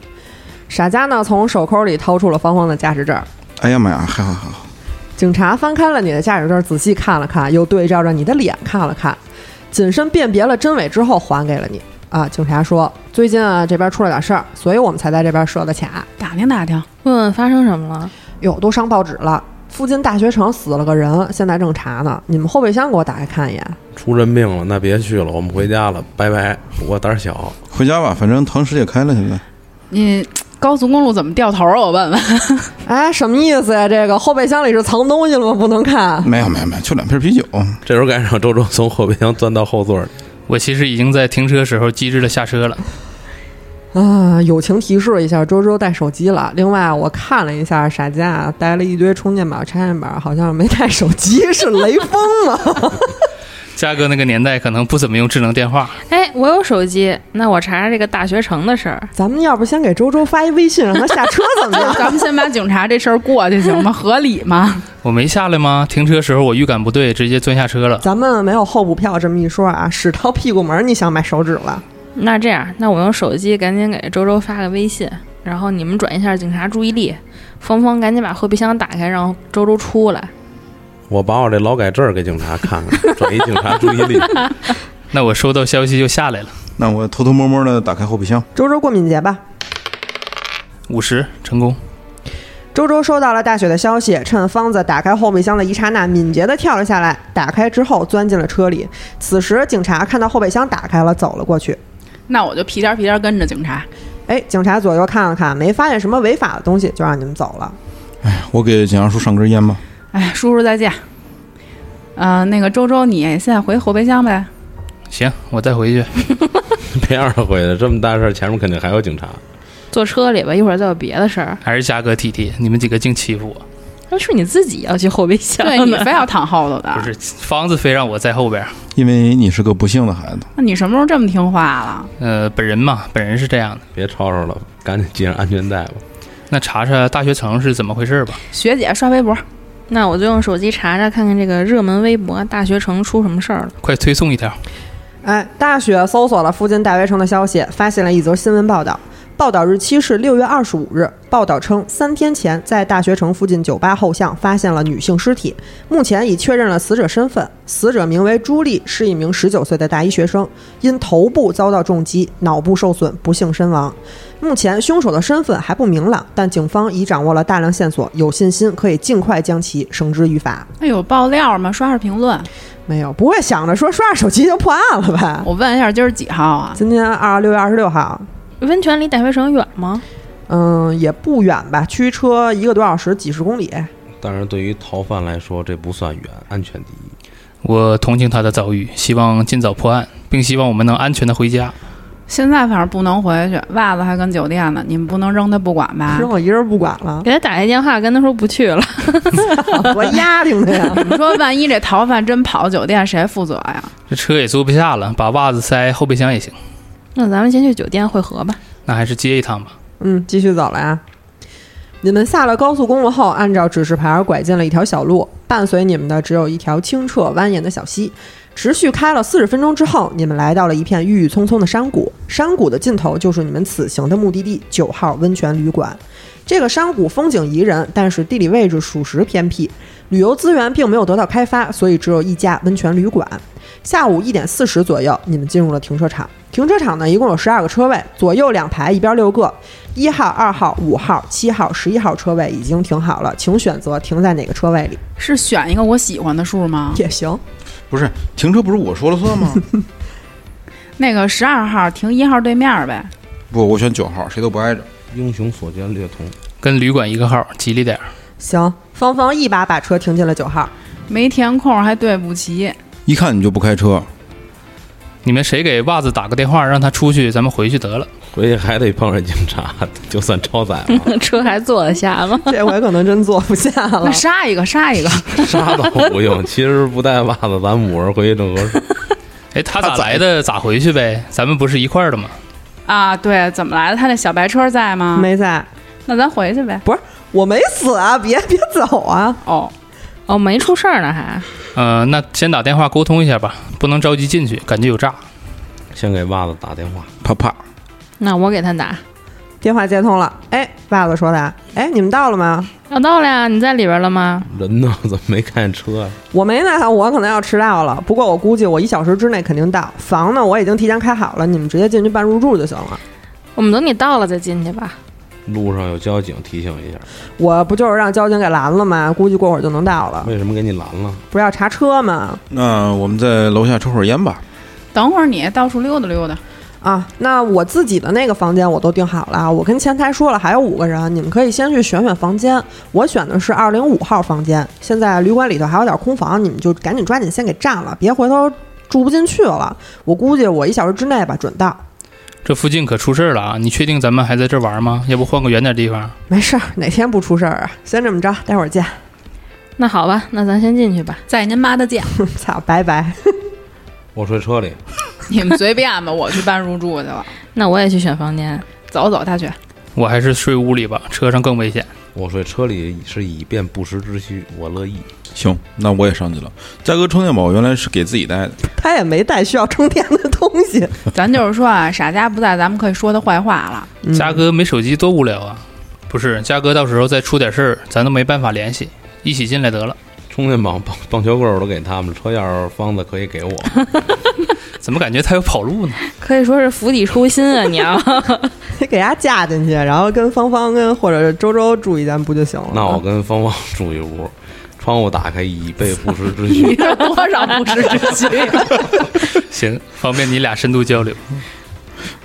[SPEAKER 1] 傻家呢，从手抠里掏出了芳芳的驾驶证。
[SPEAKER 5] 哎呀妈呀，还好还好。
[SPEAKER 1] 警察翻开了你的驾驶证，仔细看了看，又对照着你的脸看了看，谨慎辨别了真伪之后还给了你。啊，警察说最近啊这边出了点事儿，所以我们才在这边设的卡。
[SPEAKER 2] 打听打听，
[SPEAKER 3] 问 [laughs] 问发生什么了？
[SPEAKER 1] 哟，都上报纸了，附近大学城死了个人，现在正查呢。你们后备箱给我打开看一眼。
[SPEAKER 6] 出人命了，那别去了，我们回家了，拜拜。我胆儿小，
[SPEAKER 5] 回家吧，反正堂食也开了，现在。
[SPEAKER 2] 你高速公路怎么掉头啊？我问问。
[SPEAKER 1] 哎，什么意思呀、这个后备箱里是藏东西了吗？不能看。
[SPEAKER 5] 没有没有没有，就两瓶啤酒。
[SPEAKER 6] 这时候赶上周周从后备箱钻到后座，
[SPEAKER 4] 我其实已经在停车时候机智的下车了。
[SPEAKER 1] 啊，友情提示一下，周周带手机了。另外，我看了一下，傻家带了一堆充电宝、插线板，好像没带手机，是雷锋吗？
[SPEAKER 4] 嘉哥那个年代可能不怎么用智能电话，
[SPEAKER 3] 哎，我有手机，那我查查这个大学城的事儿。
[SPEAKER 1] 咱们要不先给周周发一微信，让他下车怎么样？
[SPEAKER 2] [laughs] 咱们先把警察这事儿过去行吗？合理吗？ [laughs]
[SPEAKER 4] 我没下来吗？停车时候我预感不对，直接钻下车了。
[SPEAKER 1] 咱们没有候补票这么一说啊，屎掏屁股门儿，你想买手指了？
[SPEAKER 3] 那这样，那我用手机赶紧给周周发个微信，然后你们转移一下警察注意力。芳芳赶紧把后备箱打开，让周周出来。
[SPEAKER 6] 我把我这劳改证儿给警察看看，转移警察注意力。
[SPEAKER 4] 那我收到消息就下来了，
[SPEAKER 5] 那我偷偷摸摸的打开后备箱，
[SPEAKER 1] 周周过敏捷吧。
[SPEAKER 4] 五十成功。
[SPEAKER 1] 周周收到了大雪的消息，趁方子打开后备箱的一刹那，敏捷地跳了下来，打开之后钻进了车里。此时，警察看到后备箱打开了，走了过去。
[SPEAKER 2] 那我就屁颠儿屁颠儿跟着警察。
[SPEAKER 1] 哎，警察左右看了看，没发现什么违法的东西，就让你们走了。
[SPEAKER 5] 我给警察叔上根烟吧。
[SPEAKER 2] 哎，叔叔再见。呃，那个周周，你现在回后备箱呗。
[SPEAKER 4] 行，我再回去。
[SPEAKER 6] 别二回了，这么大事儿，前面肯定还有警察。
[SPEAKER 3] 坐车里吧，一会儿再有别的事儿。
[SPEAKER 4] 还是嘉哥体贴，你们几个净欺负我。
[SPEAKER 3] 那是你自己要去后备箱
[SPEAKER 2] 对你
[SPEAKER 3] 呢
[SPEAKER 2] 非要躺后头
[SPEAKER 4] 不
[SPEAKER 2] 的，
[SPEAKER 4] 是，方子非让我在后边儿。
[SPEAKER 5] 因为你是个不幸的孩子。
[SPEAKER 2] 那你什么时候这么听话了？
[SPEAKER 4] 呃，本人嘛，本人是这样的。
[SPEAKER 6] 别吵吵了，赶紧系上安全带吧。
[SPEAKER 4] 那查查大学城是怎么回事吧。
[SPEAKER 2] 学姐刷微博，
[SPEAKER 3] 那我就用手机查查看看这个热门微博大学城出什么事儿了。
[SPEAKER 4] 快推送一条，
[SPEAKER 1] 哎，大雪搜索了附近大学城的消息，发现了一则新闻报道。报道日期是六月二十五日。报道称，三天前在大学城附近酒吧后巷发现了女性尸体，目前已确认了死者身份。死者名为朱莉，是一名十九岁的大一学生，嗯因头部遭到重击，脑部受损，不幸身亡。目前凶手的身份还不明朗，但警方已掌握了大量线索，有信心可以尽快将其绳之于法。
[SPEAKER 2] 那有哎爆料吗？刷刷评论。
[SPEAKER 1] 没有，不会想着说刷着手机就破案了吧？
[SPEAKER 2] 我问一下，今儿几号啊？
[SPEAKER 1] 今天二六月二十六号，
[SPEAKER 3] 温泉离大学城远吗？
[SPEAKER 1] 嗯，也不远吧，驱车一个多小时，几十公里。
[SPEAKER 6] 但是对于逃犯来说，这不算远，安全第一。
[SPEAKER 4] 我同情他的遭遇，希望尽早破案，并希望我们能安全的回家。
[SPEAKER 2] 现在反正不能回去，袜子还跟酒店呢，你们不能扔它不管吧？
[SPEAKER 1] 扔我一人不管了， [laughs]
[SPEAKER 3] 给他打一电话，跟他说不去了。
[SPEAKER 1] 我压挺的呀。
[SPEAKER 2] [laughs] 你说万一这逃犯真跑酒店，谁负责呀？
[SPEAKER 4] 这车也坐不下了，把袜子塞后备箱也行。
[SPEAKER 3] 那咱们先去酒店会合吧。
[SPEAKER 4] 那还是接一趟吧。
[SPEAKER 1] 嗯，继续走了呀。你们下了高速公路后，按照指示牌拐进了一条小路，伴随你们的只有一条清澈蜿蜒的小溪。持续开了四十分钟之后，你们来到了一片郁郁葱葱的山谷，山谷的尽头就是你们此行的目的地——九号温泉旅馆。这个山谷风景宜人，但是地理位置属实偏僻，旅游资源并没有得到开发，所以只有一家温泉旅馆。下午一点四十左右，你们进入了停车场。停车场呢，一共有十二个车位，左右两排，一边六个。一号、二号、五号、七号、十一号车位已经停好了，请选择停在哪个车位里
[SPEAKER 2] 是选一个我喜欢的数吗？
[SPEAKER 1] 也行。
[SPEAKER 5] 不是停车不是我说了算吗？
[SPEAKER 2] 那个十二号停一号对面呗。
[SPEAKER 5] [laughs] 不，我选九号，谁都不挨着。
[SPEAKER 6] 英雄所见略同。
[SPEAKER 4] 跟旅馆一个号，吉利点儿。
[SPEAKER 1] 行，芳芳一把把车停进了九 [laughs] 号。
[SPEAKER 2] 没填空还对不齐，
[SPEAKER 5] 一看你就不开车，
[SPEAKER 4] 你们谁给袜子打个电话，让他出去，咱们回去得了。
[SPEAKER 6] 回去还得碰上警察，就算超载
[SPEAKER 3] [laughs]
[SPEAKER 6] 了，
[SPEAKER 3] 车还坐得下 [laughs] 吗？
[SPEAKER 1] 这回可能真坐不下了 [laughs]
[SPEAKER 2] 那。杀一个杀 [laughs] 一个，
[SPEAKER 6] 杀都不 [laughs] 用。其实不带袜子，咱们五人回去正合适。
[SPEAKER 4] 哎，他咋来的咋回去呗，咱们不是一块儿的吗？
[SPEAKER 2] 啊，对，怎么来的？他那小白车在吗？，
[SPEAKER 1] 没在，
[SPEAKER 2] 那咱回去呗。
[SPEAKER 1] 我没死啊！ [laughs] 别别走啊！
[SPEAKER 2] 哦，
[SPEAKER 3] 哦，没出事儿呢还。
[SPEAKER 4] 呃，那先打电话沟通一下吧，不能着急进去，感觉有诈。
[SPEAKER 6] 先给袜子打电话，
[SPEAKER 5] 啪啪。
[SPEAKER 3] 那我给他打。
[SPEAKER 1] 电话接通了，哎，袜子说的，哎，你们到了吗？
[SPEAKER 3] 要到了呀，你在里边了吗？
[SPEAKER 6] 人呢？怎么没看见车呀、
[SPEAKER 1] 我没呢，我可能要迟到了。不过我估计我一小时之内肯定到。房呢，我已经提前开好了，你们直接进去办入住就行了。
[SPEAKER 3] 我们等你到了再进去吧。
[SPEAKER 6] 路上有交警提醒一下，
[SPEAKER 1] 我不就是让交警给拦了吗？估计过会儿就能到了。
[SPEAKER 6] 为什么给你拦了？
[SPEAKER 1] 不是要查车吗？
[SPEAKER 5] 那我们在楼下抽会儿烟吧。
[SPEAKER 2] 等会儿你到处溜达溜达。
[SPEAKER 1] 啊，那我自己的那个房间我都订好了啊，我跟前台说了还有五个人，你们可以先去选选房间。我选的是二零五号房间，现在旅馆里头还有点空房，你们就赶紧抓紧先给占了，别回头住不进去了。我估计我一小时之内吧准到，
[SPEAKER 4] 这附近可出事儿了啊！你确定咱们还在这玩吗？要不换个远点地方？
[SPEAKER 1] 没事儿，哪天不出事儿啊？先这么着，待会儿见。 [laughs]
[SPEAKER 3] 那好吧，那咱先进去吧。
[SPEAKER 2] 在您妈的见，
[SPEAKER 1] 操，拜拜。
[SPEAKER 6] 我睡车里，
[SPEAKER 2] [laughs] 你们随便吧，我去办入住去了。 [laughs]
[SPEAKER 3] 那我也去选房间。
[SPEAKER 2] 走走，大雪，
[SPEAKER 4] 我还是睡屋里吧，车上更危险。
[SPEAKER 6] 我睡车里是以便不时之需，我乐意。
[SPEAKER 5] 行，那我也上去了。嘉哥充电宝原来是给自己带的，
[SPEAKER 1] 他也没带需要充电的东西。
[SPEAKER 2] 咱就是说 [laughs] 啊，傻家不在，咱们可以说他坏话 [laughs] 了。
[SPEAKER 1] 嗯
[SPEAKER 4] 嘉哥没手机多无聊啊！不是，嘉哥到时候再出点事儿，咱都没办法联系，一起进来得了。
[SPEAKER 6] 充电宝、棒棒球棍我都给他们，车钥匙方子可以给我。
[SPEAKER 4] 怎么感觉他要跑路呢？
[SPEAKER 3] 可以说是釜底抽薪啊，你要。 [laughs]
[SPEAKER 1] 给他架进去，然后跟芳芳跟或者是周周住一间不就行了吗？
[SPEAKER 6] 那我跟芳芳住一屋，窗户打开以备不时之
[SPEAKER 2] [laughs]
[SPEAKER 6] 需。
[SPEAKER 2] 这多少不知 [laughs] 之极？
[SPEAKER 4] 行，方便你俩深度交流。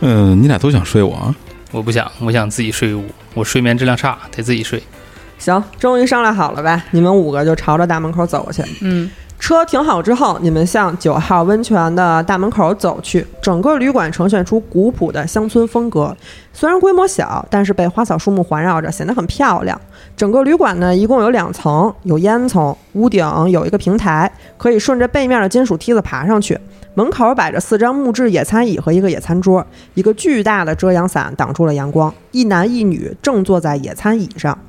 [SPEAKER 5] 嗯、你俩都想睡我啊？
[SPEAKER 4] 我不想，我想自己睡屋，我睡眠质量差，得自己睡。
[SPEAKER 1] 行，终于商量好了呗，你们五个就朝着大门口走过去。
[SPEAKER 2] 嗯，
[SPEAKER 1] 车停好之后，你们向九号温泉的大门口走去。整个旅馆呈现出古朴的乡村风格，虽然规模小，但是被花草树木环绕着，显得很漂亮。整个旅馆呢，一共有两层，有烟囱，屋顶有一个平台，可以顺着背面的金属梯子爬上去。门口摆着四张木质野餐椅和一个野餐桌，一个巨大的遮阳伞挡住了阳光。一男一女正坐在野餐椅上，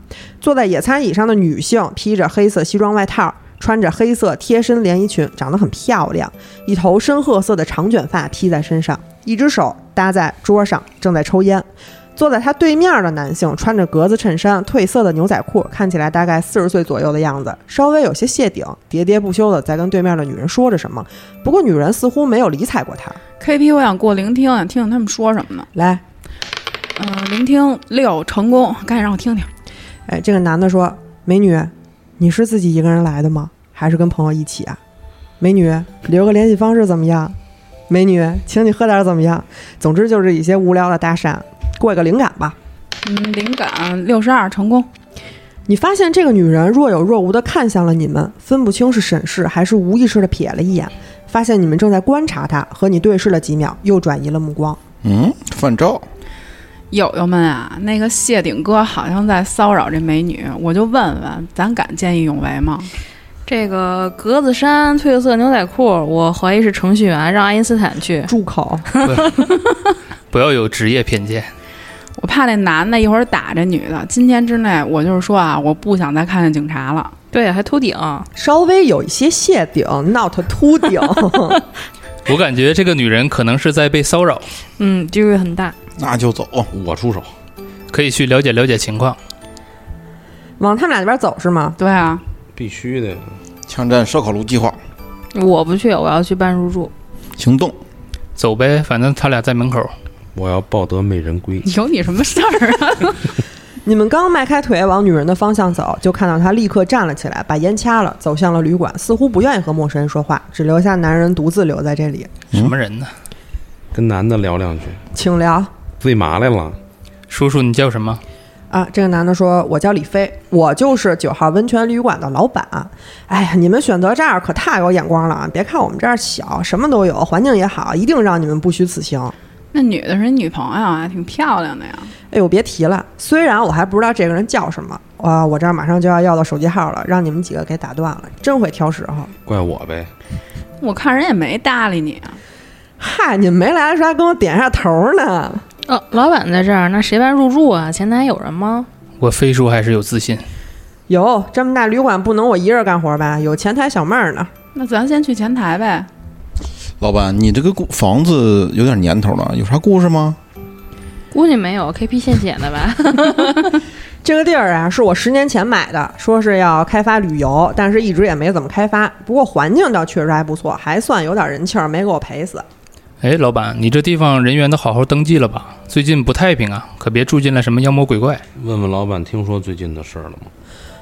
[SPEAKER 1] 坐在野餐椅上的女性披着黑色西装外套，穿着黑色贴身连衣裙，长得很漂亮，一头深褐色的长卷发披在身上，一只手搭在桌上，正在抽烟。坐在他对面的男性穿着格子衬衫、褪色的牛仔裤，看起来大概四十岁左右的样子，稍微有些谢顶，喋喋不休的在跟对面的女人说着什么。不过女人似乎没有理睬过他。
[SPEAKER 2] KP，我想过聆听，想听听他们说什么呢？
[SPEAKER 1] 来，
[SPEAKER 2] 嗯、聆听六成功，赶紧让我听听。
[SPEAKER 1] 哎，这个男的说：“美女，你是自己一个人来的吗？还是跟朋友一起啊？美女，留个联系方式怎么样？美女，请你喝点怎么样？总之就是一些无聊的搭讪，过一个灵感吧。”
[SPEAKER 2] 嗯，灵感六十二成功。
[SPEAKER 1] 你发现这个女人若有若无地看向了你们，分不清是审视还是无意识地瞥了一眼，发现你们正在观察她，和你对视了几秒，又转移了目光。
[SPEAKER 5] 嗯，犯照，
[SPEAKER 2] 友友们啊，那个谢顶哥好像在骚扰这美女，我就问问，咱敢见义勇为吗？
[SPEAKER 3] 这个格子衫、褪色牛仔裤，我怀疑是程序员让爱因斯坦去。
[SPEAKER 1] 住口！
[SPEAKER 4] 不要有职业偏见。
[SPEAKER 2] 我怕那男的一会儿打这女的。今天之内，我就是说啊，我不想再看见警察了。
[SPEAKER 3] 对，还秃顶。
[SPEAKER 1] 稍微有一些谢顶，not 秃 [laughs] 顶。
[SPEAKER 4] 我感觉这个女人可能是在被骚扰，
[SPEAKER 3] 嗯，几率很大。
[SPEAKER 5] 那就走。
[SPEAKER 6] 我出手，
[SPEAKER 4] 可以去了解了解情况。
[SPEAKER 1] 往他们俩那边走是吗？
[SPEAKER 2] 对啊， [laughs]
[SPEAKER 6] 必须的。
[SPEAKER 5] 枪战烧烤炉计划
[SPEAKER 3] 我不去，我要去办入住。
[SPEAKER 5] 行动，
[SPEAKER 4] 走呗，反正他俩在门口。
[SPEAKER 6] 我要抱得美人归。
[SPEAKER 2] 有你什么事儿啊？
[SPEAKER 1] 你们刚迈开腿往女人的方向走，就看到她立刻站了起来，把烟掐了，走向了旅馆，似乎不愿意和陌生人说话，只留下男人独自留在这里。
[SPEAKER 4] 什么人呢？
[SPEAKER 6] 跟男的聊两句，
[SPEAKER 1] 请聊
[SPEAKER 6] 为嘛来了？
[SPEAKER 4] 叔叔，你叫什么？
[SPEAKER 1] 啊！这个男的说：“我叫李飞，我就是九号温泉旅馆的老板。哎呀，你们选择这儿可太有眼光了啊！别看我们这儿小，什么都有，环境也好，一定让你们不虚此行。”
[SPEAKER 2] [laughs] 那女的是你女朋友啊，挺漂亮的呀。
[SPEAKER 1] 哎呦，别提了，虽然我还不知道这个人叫什么啊，我这儿马上就要要到手机号了，让你们几个给打断了，真会挑时候。
[SPEAKER 6] 怪我呗。
[SPEAKER 2] 我看人也没搭理你啊。
[SPEAKER 1] 嗨，你们没来的时候还跟我点一下头呢。
[SPEAKER 3] 哦，老板在这儿，那谁办入住啊？前台有人吗？
[SPEAKER 4] 我飞叔还是有自信。
[SPEAKER 1] 有这么大旅馆，不能我一人干活吧？有前台小妹儿呢。
[SPEAKER 2] 那咱先去前台呗。
[SPEAKER 5] 老板，你这个故房子有点年头了，有啥故事吗？
[SPEAKER 3] 估计没有，KP 献血的吧？
[SPEAKER 1] 这个地儿啊，是我十年前买的，说是要开发旅游，但是一直也没怎么开发。不过环境倒确实还不错，还算有点人气儿，没给我赔死。
[SPEAKER 4] 哎，老板，你这地方人员都好好登记了吧？最近不太平啊，可别住进来什么妖魔鬼怪。
[SPEAKER 6] 问问老板，听说最近的事儿了吗？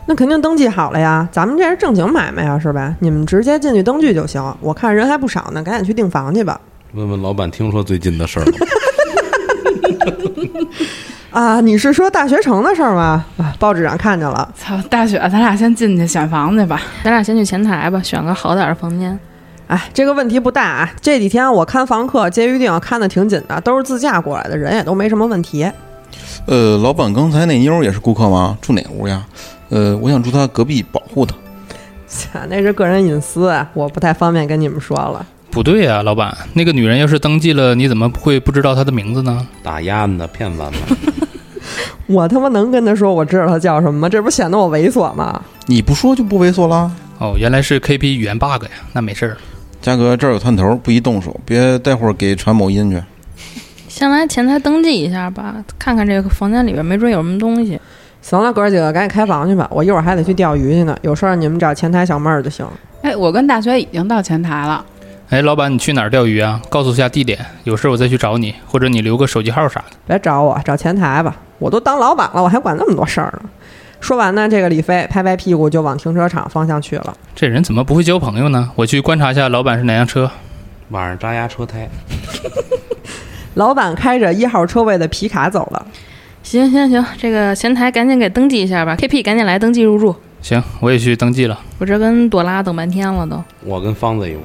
[SPEAKER 1] 那肯定登记好了呀，咱们这是正经买卖呀，是吧？你们直接进去登记就行。我看人还不少呢，赶紧去订房去吧。
[SPEAKER 6] 问问老板，听说最近的事儿了吗？
[SPEAKER 1] 啊，你是说大学城的事儿吗？啊，报纸上看见了。
[SPEAKER 2] 操，大雪，咱俩先进去选房去吧。
[SPEAKER 3] 咱俩先去前台吧，选个好点儿的房间。
[SPEAKER 1] 哎，这个问题不大啊。这几天我看房客接预定看的挺紧的，都是自驾过来的人，也都没什么问题。 [laughs]
[SPEAKER 5] 呃，老板，刚才那妞儿也是顾客吗？住哪屋呀？呃，我想住她隔壁，保护她。
[SPEAKER 1] 那是个人隐私，啊我不太方便跟你们说了。
[SPEAKER 4] 不对呀、老板，那个女人要是登记了，你怎么会不知道她的名字呢？
[SPEAKER 6] 打鸭子的骗咱们，
[SPEAKER 1] 我他妈能跟他说我知道他叫什么吗？这不显得我猥琐吗？
[SPEAKER 5] 你不说就不猥琐啦。
[SPEAKER 4] 哦，原来是 KP 语言 bug 呀，那没事儿了。
[SPEAKER 5] 嘉哥，这儿有探头，不宜动手，别待会儿给传某音去。
[SPEAKER 3] 先来前台登记一下吧，看看这个房间里边没准有什么东西。
[SPEAKER 1] 行了，哥儿几个，赶紧开房去吧，我一会儿还得去钓鱼去呢。有事儿你们找前台小妹儿就行。
[SPEAKER 2] [laughs] 哎，我跟大学已经到前台了。
[SPEAKER 4] 哎，老板，你去哪儿钓鱼啊？告诉下地点，有事我再去找你，或者你留个手机号啥的。
[SPEAKER 1] 别找我，找前台吧，我都当老板了，我还管那么多事儿呢。说完呢，这个李飞拍拍屁股就往停车场方向去了。
[SPEAKER 4] 这人怎么不会交朋友呢？我去观察一下老板是哪辆车。
[SPEAKER 6] 晚上扎压车胎。
[SPEAKER 1] 老板开着一号车位的皮卡走了。
[SPEAKER 3] 行行行，这个前台赶紧给登记一下吧，KP 赶紧来登记入住。
[SPEAKER 4] 行，我也去登记了。
[SPEAKER 3] 我这跟朵拉等半天了都。
[SPEAKER 6] 我跟方子一屋，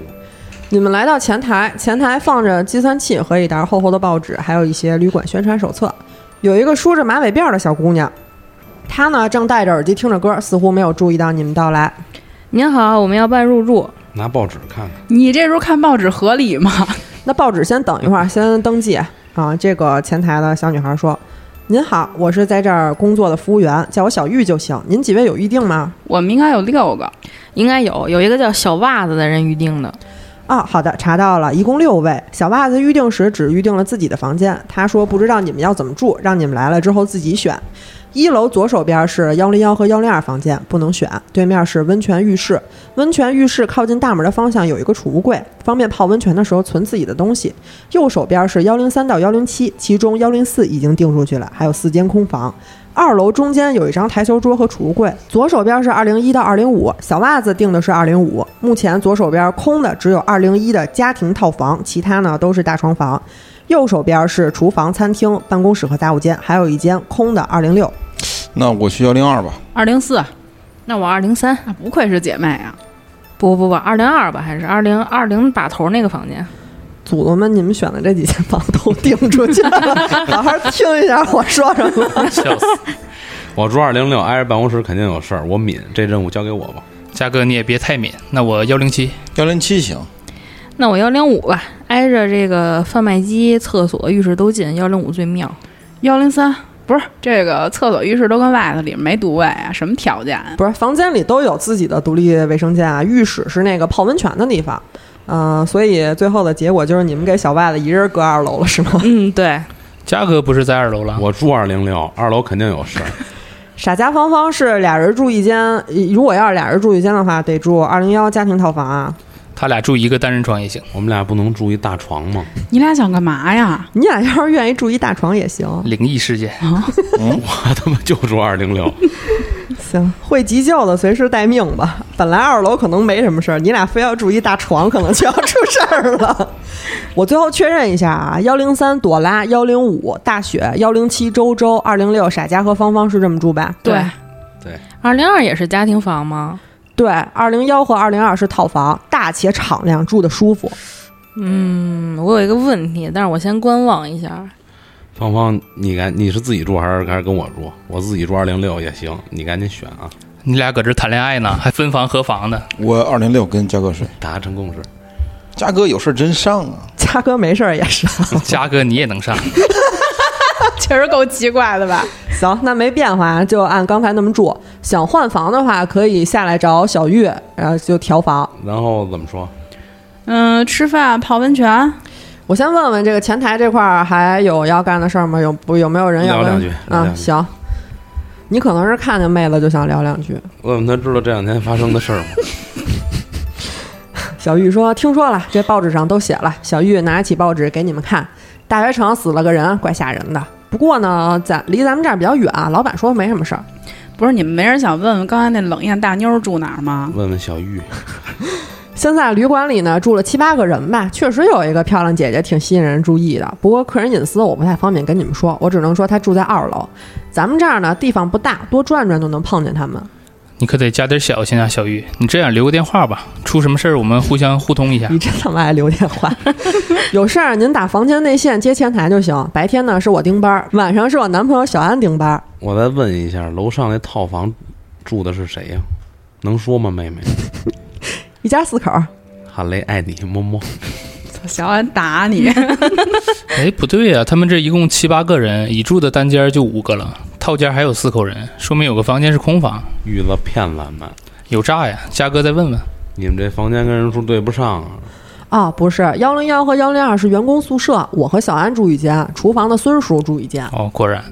[SPEAKER 1] 你们来到前台，前台放着计算器和一沓厚厚的报纸，还有一些旅馆宣传手册。有一个梳着马尾辫儿的小姑娘，她呢正戴着耳机听着歌，似乎没有注意到你们到来。
[SPEAKER 3] 您好，我们要办入住。
[SPEAKER 6] 拿报纸看看，
[SPEAKER 2] 你这时候看报纸合理吗？
[SPEAKER 1] 那报纸先等一会儿，先登记啊。这个前台的小女孩说：“您好，我是在这儿工作的服务员，叫我小玉就行。您几位有预定吗
[SPEAKER 2] [laughs] 我们应该有六个，
[SPEAKER 3] 应该有有一个叫小袜子的人预定的，？”
[SPEAKER 1] 啊，好的，查到了，一共六位。小袜子预定时只预定了自己的房间，她说不知道你们要怎么住，让你们来了之后自己选。一楼左手边是幺零幺和幺零二房间，不能选。对面是温泉浴室，温泉浴室靠近大门的方向有一个储物柜，方便泡温泉的时候存自己的东西。右手边是幺零三到幺零七，其中幺零四已经订出去了，还有四间空房。二楼中间有一张台球桌和储物柜，左手边是二零一到二零五，小袜子订的是二零五。目前左手边空的只有二零一的家庭套房，其他呢都是大床房。右手边是厨房、餐厅、办公室和杂物间，还有一间空的二零六。
[SPEAKER 5] 那我去幺零二吧。
[SPEAKER 2] 二零四，
[SPEAKER 3] 那我二零三，
[SPEAKER 2] 那不愧是姐妹啊！
[SPEAKER 3] 不不不，二零二吧，还是二零二零把头那个房间？
[SPEAKER 1] 祖宗们，你们选的这几间房都订出去了，好好听一下我说什么。
[SPEAKER 4] 笑死！
[SPEAKER 6] 我住二零六，挨着办公室肯定有事儿，我敏，这任务交给我吧。
[SPEAKER 4] 嘉哥你也别太敏，那我幺零七，
[SPEAKER 5] 幺零七行，
[SPEAKER 3] 那我幺零五吧，挨着这个贩卖机、厕所、浴室都近，幺零五最妙。
[SPEAKER 2] 幺零三不是这个厕所、浴室都跟外头里面没独卫啊，什么条件啊？
[SPEAKER 1] 不是，房间里都有自己的独立卫生间啊，浴室是那个泡温泉的地方。嗯、所以最后的结果就是你们给小外子一人搁二楼了，是吗？
[SPEAKER 3] 嗯，对，
[SPEAKER 4] 嘉哥不是在二楼了？
[SPEAKER 6] 我住二零六，二楼肯定有事儿。
[SPEAKER 1] 傻家芳芳是俩人住一间，呃如果要是俩人住一间的话，得住二零幺家庭套房啊。
[SPEAKER 4] 他俩住一个单人床也行，
[SPEAKER 6] 我们俩不能住一大床吗？ [laughs]
[SPEAKER 2] 你俩想干嘛呀？
[SPEAKER 1] 你俩要是愿意住一大床也行。
[SPEAKER 4] 灵异事件。
[SPEAKER 6] 我他妈就住二零六，
[SPEAKER 1] 行，会急救的随时待命吧。本来二楼可能没什么事儿，你俩非要住一大床，可能就要出事儿了。 [laughs] 我最后确认一下啊，幺零三朵拉，幺零五大雪，幺零七周周，二零六傻家和芳芳是这么住吧？
[SPEAKER 2] 对，
[SPEAKER 3] 二零二也是家庭房吗？
[SPEAKER 1] 对，二零幺和二零二是套房，大且敞亮，住的舒服。
[SPEAKER 3] 嗯，我有一个问题，但是我先观望一下。
[SPEAKER 6] 芳芳，你赶你是自己住还是还是跟我住？我自己住二零六也行，你赶紧选啊，
[SPEAKER 4] 你俩搁这谈恋爱呢，还分房合房呢？
[SPEAKER 5] 我二零六跟嘉哥睡。
[SPEAKER 6] 达成共识。
[SPEAKER 5] 嘉哥有事儿真上啊！
[SPEAKER 1] 嘉哥没事儿也是。
[SPEAKER 4] 嘉哥你也能上？
[SPEAKER 2] 确实够奇怪的吧？
[SPEAKER 1] 行，那没变化，啊就按刚才那么住。想换房的话，可以下来找小玉，然后就调房。
[SPEAKER 6] 然后怎么说？
[SPEAKER 2] 嗯、吃饭、泡温泉，
[SPEAKER 1] 我先问问这个前台这块儿还有要干的事儿吗？有不有没有人要
[SPEAKER 6] 聊
[SPEAKER 1] 跟
[SPEAKER 6] 两句聊
[SPEAKER 1] 啊？
[SPEAKER 6] 两句
[SPEAKER 1] 行，你可能是看见妹子就想聊两句。
[SPEAKER 6] 问问他知道这两天发生的事儿 [laughs] 吗？
[SPEAKER 1] 小玉说：“听说了，这报纸上都写了。”小玉拿起报纸给你们看，大学城死了个人，怪吓人的。不过呢，咱离咱们这儿比较远啊，老板说没什么事儿。
[SPEAKER 2] 不是你们没人想问问刚才那冷艳大妞儿住哪儿吗？
[SPEAKER 6] 问问小玉，
[SPEAKER 1] 现在旅馆里呢住了七八个人吧，确实有一个漂亮姐姐挺吸引人注意的。不过个人隐私我不太方便跟你们说，我只能说她住在二楼。咱们这儿呢地方不大，多转转就能碰见他们。
[SPEAKER 4] 你可得加点小心啊，小玉。你这样留个电话吧，出什么事儿我们互相互通一下
[SPEAKER 1] 你。真他妈爱留电话，有事儿您打房间内线接前台就行。白天呢是我盯班儿，晚上是我男朋友小安盯班儿。
[SPEAKER 6] 我再问一下，楼上那套房住的是谁呀、能说吗，妹妹？
[SPEAKER 1] 一家四口儿，
[SPEAKER 6] 哈雷，爱你，么么。
[SPEAKER 2] 小安打你，
[SPEAKER 4] 哎，不对呀、他们这一共七八个人，已住的单间就五个了，套间还有四口人，说明有个房间是空房，
[SPEAKER 6] 玉子骗咱们，
[SPEAKER 4] 有诈呀！嘉哥再问问。
[SPEAKER 6] 你们这房间跟人数对不上啊！
[SPEAKER 1] 啊、不是幺零幺和幺零二是员工宿舍，我和小安住一间，厨房的孙叔住一间。
[SPEAKER 4] 哦，果然，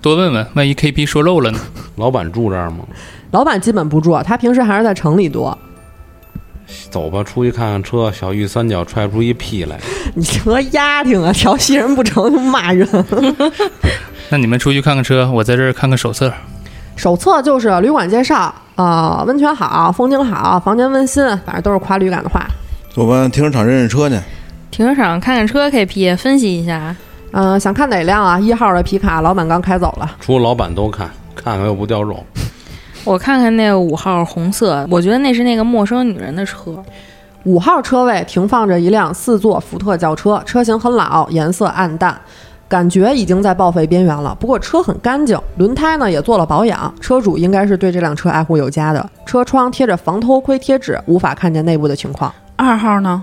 [SPEAKER 4] 多问问，万一 KP 说漏了呢？
[SPEAKER 6] 老板住这儿吗？
[SPEAKER 1] 老板基本不住，他平时还是在城里多。
[SPEAKER 6] 走吧，出去看看车。小玉三脚踹不出一屁来，
[SPEAKER 1] 你这个丫挺啊，调戏人不成就骂人。
[SPEAKER 4] 那你们出去看看车，我在这儿看看手册。
[SPEAKER 1] 手册就是旅馆介绍啊、温泉好，风景好，房间温馨，反正都是夸旅馆的话。
[SPEAKER 5] 走吧，停车场认认车去。
[SPEAKER 3] 停车场看看车，KP 分析一下。
[SPEAKER 1] 嗯、想看哪辆啊？一号的皮卡，老板刚开走了。
[SPEAKER 6] 除了老板都看，看看又不掉肉。
[SPEAKER 3] 我看看那五号红色，我觉得那是那个陌生女人的车。
[SPEAKER 1] 五号车位停放着一辆四座福特轿车，车型很老，颜色暗淡。感觉已经在报废边缘了。不过车很干净，轮胎呢也做了保养，车主应该是对这辆车爱护有加的。车窗贴着防偷窥贴纸，无法看见内部的情况。
[SPEAKER 2] [laughs] 二号呢？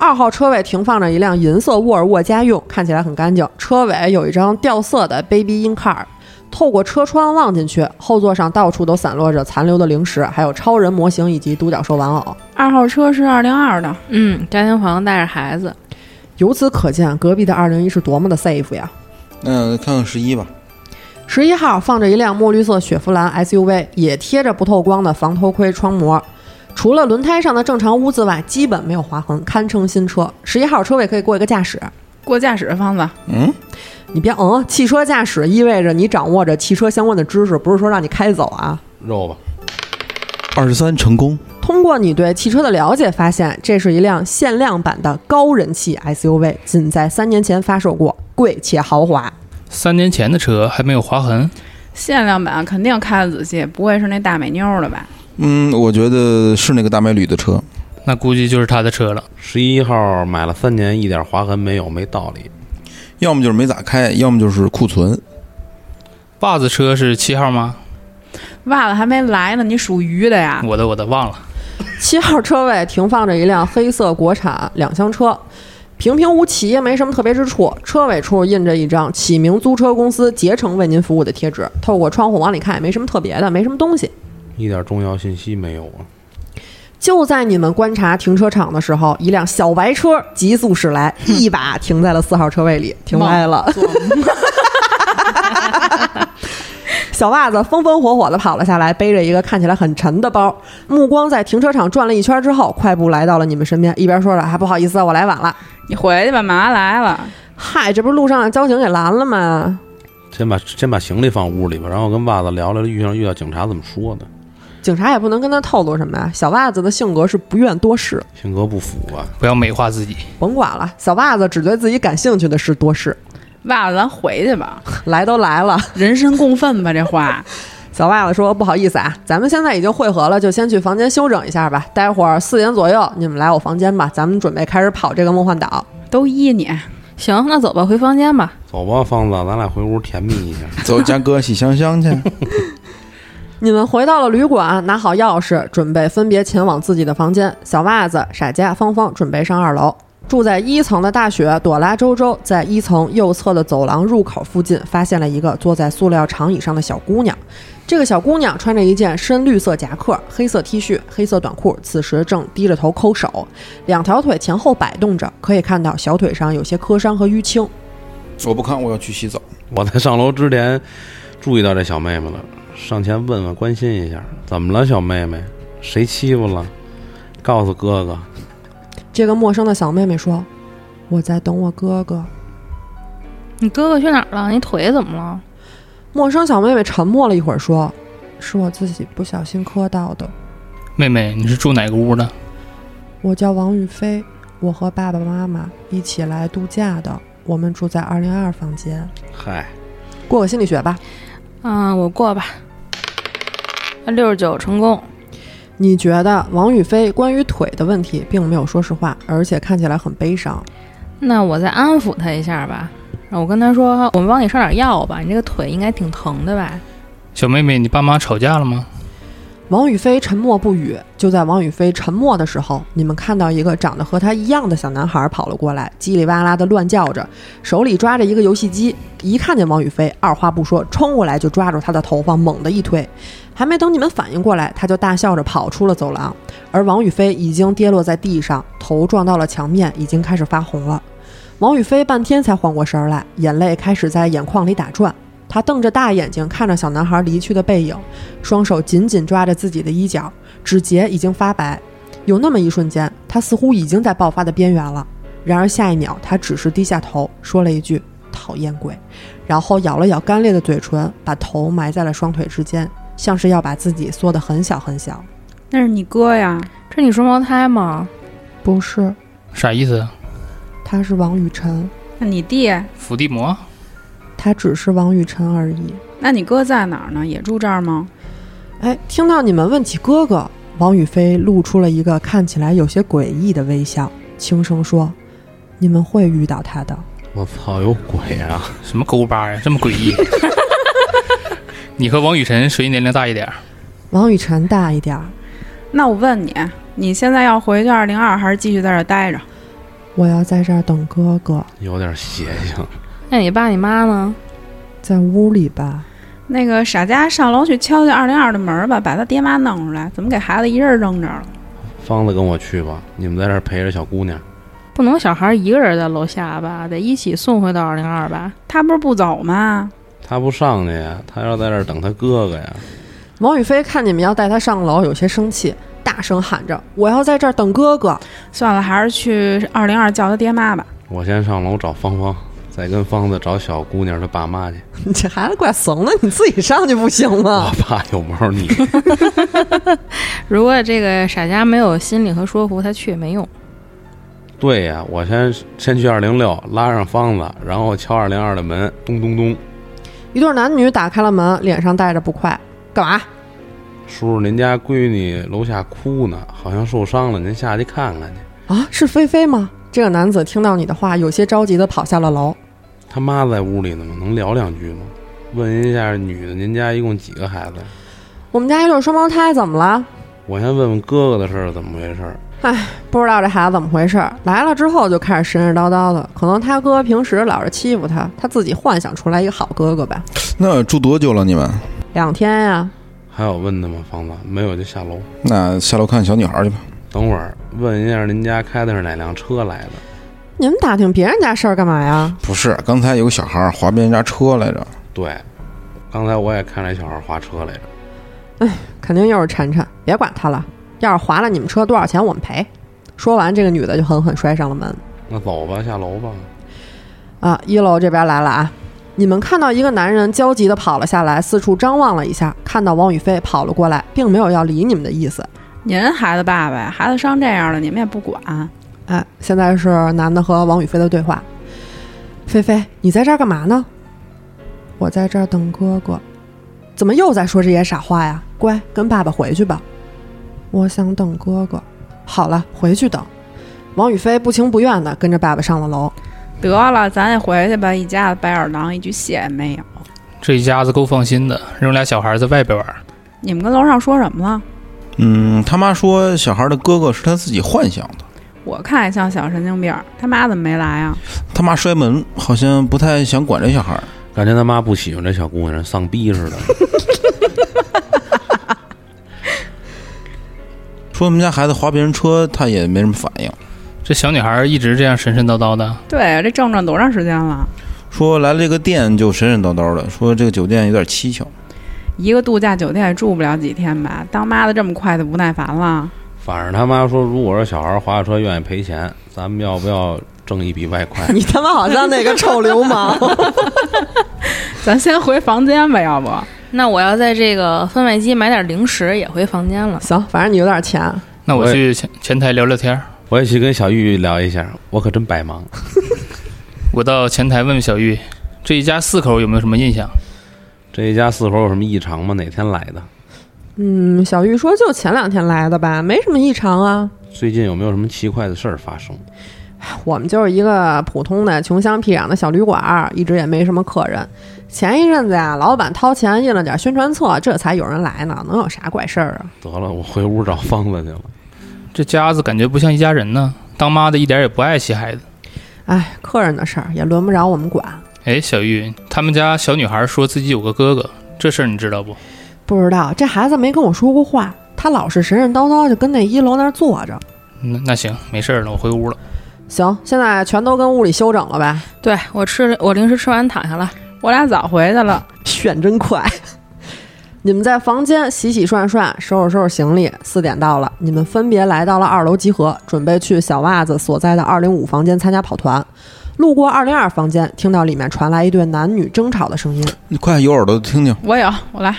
[SPEAKER 1] 二号车位停放着一辆银色沃尔沃家用，看起来很干净。车尾有一张掉色的 Baby In Car，透过车窗望进去，后座上到处都散落着残留的零食，还有超人模型以及独角兽玩偶。
[SPEAKER 2] 二号车是二零二的，
[SPEAKER 3] 嗯，家庭房带着孩子，
[SPEAKER 1] 由此可见，隔壁的二零一是多么的 safe 呀！
[SPEAKER 7] 那看看十一吧，
[SPEAKER 1] 十一号放着一辆墨绿色雪佛兰 SUV，也贴着不透光的防偷窥窗膜。除了轮胎上的正常污渍外，基本没有划痕，堪称新车。十一号车位可以过一个驾驶，
[SPEAKER 2] 过驾驶的方子。
[SPEAKER 7] 嗯，
[SPEAKER 1] 你别嗯，汽车驾驶意味着你掌握着汽车相关的知识，不是说让你开走啊。
[SPEAKER 6] 肉吧，
[SPEAKER 7] 二十三成功，
[SPEAKER 1] 通过你对汽车的了解，发现这是一辆限量版的高人气 SUV，仅在三年前发售过，贵且豪华。
[SPEAKER 4] 三年前的车还没有划痕，
[SPEAKER 2] 限量版肯定开的仔细，不会是那大美妞儿的吧？
[SPEAKER 7] 嗯，我觉得是那个大美女的车，
[SPEAKER 4] 那估计就是他的车了。
[SPEAKER 6] 十一号买了三年，一点划痕没有，没道理。
[SPEAKER 7] 要么就是没咋开，要么就是库存。
[SPEAKER 4] 袜子车是七号吗？
[SPEAKER 2] 袜子还没来呢，你属鱼的呀？
[SPEAKER 4] 我的我的忘了。
[SPEAKER 1] 七号车位停放着一辆黑色国产两厢车，平平无奇，没什么特别之处。车尾处印着一张启明租车公司竭诚为您服务的贴纸，透过窗户往里看也没什么特别的，没什么东西。
[SPEAKER 6] 一点重要信息没有啊！
[SPEAKER 1] 就在你们观察停车场的时候，一辆小白车急速驶来，一把停在了四号车位里，停歪了。小袜子风风火火地跑了下来，背着一个看起来很沉的包，目光在停车场转了一圈之后，快步来到了你们身边，一边说着：“还不好意思啊，我来晚了。
[SPEAKER 2] 你回去吧，嘛来了？”
[SPEAKER 1] 嗨，这不是路上让交警给拦了吗？
[SPEAKER 6] 先把先把行李放屋里吧，然后跟袜子聊聊，遇上遇到警察怎么说呢？
[SPEAKER 1] 警察也不能跟他透露什么呀。小袜子的性格是不愿多事，
[SPEAKER 6] 性格不符啊吧？
[SPEAKER 4] 不要美化自己。
[SPEAKER 1] 甭管了，小袜子只对自己感兴趣的事多事。
[SPEAKER 2] 袜子，咱回去吧，
[SPEAKER 1] 来都来了，
[SPEAKER 2] 人神共愤吧，这话。
[SPEAKER 1] 小袜子说：“不好意思啊，咱们现在已经汇合了，就先去房间休整一下吧。待会儿四点左右你们来我房间吧，咱们准备开始跑这个梦幻岛。
[SPEAKER 2] 都依你，
[SPEAKER 3] 行，那走吧，回房间吧。
[SPEAKER 6] 走吧，方子，咱俩回屋甜蜜一下。 [laughs]
[SPEAKER 7] 走，嘉哥洗香香去。
[SPEAKER 1] 你们回到了旅馆，拿好钥匙，准备分别前往自己的房间。小袜子、傻家、芳芳准备上二楼。住在一层的大雪、朵拉、周周在一层右侧的走廊入口附近发现了一个坐在塑料长椅上的小姑娘。这个小姑娘穿着一件深绿色夹克、黑色 T 恤、黑色短裤，此时正低着头抠手，两条腿前后摆动着，可以看到小腿上有些磕伤和淤青。
[SPEAKER 7] [laughs] 我不看，我要去洗
[SPEAKER 5] [laughs]
[SPEAKER 7] 澡。
[SPEAKER 6] 我在上楼之前注意到这小妹妹了，上前问问关心一下，怎么了，小妹妹？谁欺负了？告诉哥哥。
[SPEAKER 1] 这个陌生的小妹妹说：“我在等我哥哥。”
[SPEAKER 3] 你哥哥去哪儿了？你腿怎么了？
[SPEAKER 1] 陌生小妹妹沉默了一会儿，说：“是我自己不小心磕到的。
[SPEAKER 4] 妹妹，你是住哪个屋的？
[SPEAKER 1] 我叫王宇飞，我和爸爸妈妈一起来度假的。我们住在二零二房间。
[SPEAKER 6] 嗨，
[SPEAKER 1] 过个心理学吧，
[SPEAKER 3] 嗯，我过吧。啊六十九成功，
[SPEAKER 1] 你觉得王宇飞关于腿的问题并没有说实话，而且看起来很悲伤。
[SPEAKER 3] 那我再安抚他一下吧。然后我跟他说，我们帮你上点药吧，你这个腿应该挺疼的吧？
[SPEAKER 4] 小妹妹，你爸妈吵架了吗？
[SPEAKER 1] 王宇飞沉默不语。就在王宇飞沉默的时候，你们看到一个长得和他一样的小男孩跑了过来，叽里哇啦的乱叫着，手里抓着一个游戏机。一看见王宇飞，二话不说冲过来就抓住他的头发，猛地一推。还没等你们反应过来，他就大笑着跑出了走廊，而王宇飞已经跌落在地上，头撞到了墙面，已经开始发红了。王宇飞半天才缓过神儿来，眼泪开始在眼眶里打转。他瞪着大眼睛看着小男孩离去的背影，双手紧紧抓着自己的衣角，指节已经发白。有那么一瞬间，他似乎已经在爆发的边缘了。然而下一秒，他只是低下头，说了一句“讨厌鬼”，然后咬了咬干裂的嘴唇，把头埋在了双腿之间，像是要把自己缩得很小很小。
[SPEAKER 2] 那是你哥呀。
[SPEAKER 3] 这是你双胞胎吗？
[SPEAKER 1] 不是，
[SPEAKER 4] 啥意思？
[SPEAKER 1] 他是王雨辰，
[SPEAKER 2] 那你弟？
[SPEAKER 4] 伏地魔？
[SPEAKER 1] 他只是王雨辰而已。
[SPEAKER 2] 那你哥在哪儿呢？也住这儿吗？
[SPEAKER 1] 哎，听到你们问起哥哥，王宇飞露出了一个看起来有些诡异的微笑，轻声说：“你们会遇到他的。
[SPEAKER 6] 我操，有鬼啊！
[SPEAKER 4] 什么勾八呀，这么诡异。 [laughs] 你和王雨辰谁年龄大一点儿？
[SPEAKER 1] 王雨辰大一点儿，
[SPEAKER 2] 那我问你，你现在要回去二零二，还是继续在这儿待着？
[SPEAKER 1] 我要在这儿等哥哥，
[SPEAKER 6] 有点邪性。
[SPEAKER 3] 那你爸你妈呢？
[SPEAKER 1] 在屋里吧。
[SPEAKER 2] 那个傻家上楼去敲敲二零二的门吧，把他爹妈弄出来。怎么给孩子一人扔这儿了？
[SPEAKER 6] 方子跟我去吧，你们在这儿陪着小姑娘。
[SPEAKER 3] 不能小孩一个人在楼下吧，得一起送回到二零二吧。
[SPEAKER 2] 他不是不走吗？
[SPEAKER 6] 她不上去呀，她要在这儿等她哥哥呀。
[SPEAKER 1] 王雨飞看你们要带他上楼，有些生气，大声喊着：“我要在这儿等哥哥 [laughs]
[SPEAKER 2] 算了，还是去二零二叫他爹妈吧。
[SPEAKER 6] 我先上楼找芳芳，再跟芳子找小姑娘她爸妈去。！”
[SPEAKER 1] 你这孩子怪怂的，你自己上去不行吗？
[SPEAKER 6] 我爸有猫腻，
[SPEAKER 3] 如果这个傻家没有心理和说服，他去也没用。
[SPEAKER 6] 对呀，我先先去二零六拉上方子，然后敲二零二的门，咚咚咚，
[SPEAKER 1] 一对男女打开了门，脸上带着不快，干嘛？
[SPEAKER 6] 叔叔您家闺女楼下哭呢，好像受伤了，您下去看看去。
[SPEAKER 1] 啊，是菲菲吗？这个男子听到你的话，有些着急的跑下了楼。
[SPEAKER 6] 他妈在屋里呢吗？能聊两句吗？问一下女的，您家一共几个孩子呀？
[SPEAKER 1] 我们家一对双胞胎怎么了？
[SPEAKER 6] 我先问问哥哥的事儿怎么回事儿。
[SPEAKER 1] 不知道这孩子怎么回事儿，来了之后就开始神神叨叨的。可能他哥平时老是欺负他，他自己幻想出来一个好哥哥吧。
[SPEAKER 7] 那住多久了？你们？
[SPEAKER 1] 两天呀、
[SPEAKER 6] 还有问的吗？方子没有就下楼。
[SPEAKER 7] 那下楼看小女孩去吧。
[SPEAKER 6] 等会儿问一下您家开的是哪辆车来的？
[SPEAKER 1] 你们打听别人家事儿干嘛呀？
[SPEAKER 7] 不是，刚才有个小孩儿划别人家车来着，
[SPEAKER 6] 对，刚才我也看着小孩划车来着。
[SPEAKER 1] 肯定又是晨晨，别管他了。要是划了你们车多少钱，我们赔。说完，这个女的就狠狠摔上了门。
[SPEAKER 6] 那走吧，下楼吧。
[SPEAKER 1] 啊，一楼这边来了啊！你们看到一个男人焦急地跑了下来，四处张望了一下，看到王宇飞跑了过来，并没有要理你们的意思。
[SPEAKER 2] 您孩子爸爸呀，孩子伤这样了，你们也不管。
[SPEAKER 1] 哎，现在是男的和王宇飞的对话。菲菲，你在这儿干嘛呢？我在这儿等哥哥。怎么又在说这些傻话呀？乖，跟爸爸回去吧。我想等哥哥。好了，回去等。王宇飞不情不愿地跟着爸爸上了楼。
[SPEAKER 2] 得了，咱也回去吧，一家子白眼狼，一句谢也没有。
[SPEAKER 4] 这一家子够放心的，扔俩小孩在外边玩儿。
[SPEAKER 2] 你们跟楼上说什么了？
[SPEAKER 7] 嗯，他妈说小孩的哥哥是他自己幻想的，
[SPEAKER 2] 我看也像小神经病儿，他妈怎么没来啊？
[SPEAKER 7] 他妈摔门，好像不太想管这小孩儿。
[SPEAKER 6] 感觉他妈不喜欢这小姑娘，丧逼似的。
[SPEAKER 7] 说我们家孩子划别人车，他也没什么反应。
[SPEAKER 4] 这小女孩一直这样神神叨叨的，
[SPEAKER 2] 对，这正转多长时间了？
[SPEAKER 7] 说来了这个店就神神叨叨的，说这个酒店有点蹊跷。
[SPEAKER 2] 一个度假酒店也住不了几天吧？当妈的这么快就不耐烦了？ [laughs]
[SPEAKER 6] 反正他妈说，如果是小孩划车愿意赔钱，咱们要不要挣一笔外快？ [laughs]
[SPEAKER 1] 你他妈好像那个臭流氓！ [laughs]
[SPEAKER 2] 咱先回房间吧，要不？
[SPEAKER 3] 那我要在这个贩卖机买点零食，也回房间了。
[SPEAKER 1] 行，反正你有点钱。
[SPEAKER 4] 那我
[SPEAKER 6] 我也
[SPEAKER 4] 去前前台聊聊天儿。
[SPEAKER 6] 我也去跟小玉聊一下，我可真百忙。
[SPEAKER 4] 我到前台问问小玉，这一家四口有没有什么印象？
[SPEAKER 6] 这一家四口有什么异常吗？哪天来的？
[SPEAKER 1] 嗯，小玉说就前两天来的吧，没什么异常啊。
[SPEAKER 6] 最近有没有什么奇怪的事儿发生？
[SPEAKER 1] 我们就是一个普通的穷乡僻壤的小旅馆儿，一直也没什么客人。前一阵子呀，老板掏钱印了点宣传册，这才有人来呢，能有啥怪事儿啊？
[SPEAKER 6] 得了，我回屋找方子去了。
[SPEAKER 4] 这家子感觉不像一家人呢，当妈的一点也不爱惜孩子。
[SPEAKER 1] 哎，客人的事儿也轮不着我们管。
[SPEAKER 4] 哎，小玉，他们家小女孩说自己有个哥哥，这事儿你知道不？
[SPEAKER 1] 不知道这孩子没跟我说过话，他老是神神叨叨，就跟那一楼那儿坐着。
[SPEAKER 4] 那那行，没事儿了，我回屋了。
[SPEAKER 1] 行，现在全都跟屋里休整了呗。
[SPEAKER 3] 对我吃我零食吃完躺下了，
[SPEAKER 2] 我俩早回去了，
[SPEAKER 1] 炫真快！ [laughs] 你们在房间洗洗涮涮，收拾收拾行李。四点到了，你们分别来到了二楼集合，准备去小袜子所在的二零五房间参加跑团。路过二零二房间，听到里面传来一对男女争吵的声音。
[SPEAKER 7] 你快有耳朵听听，
[SPEAKER 2] 我有，我来。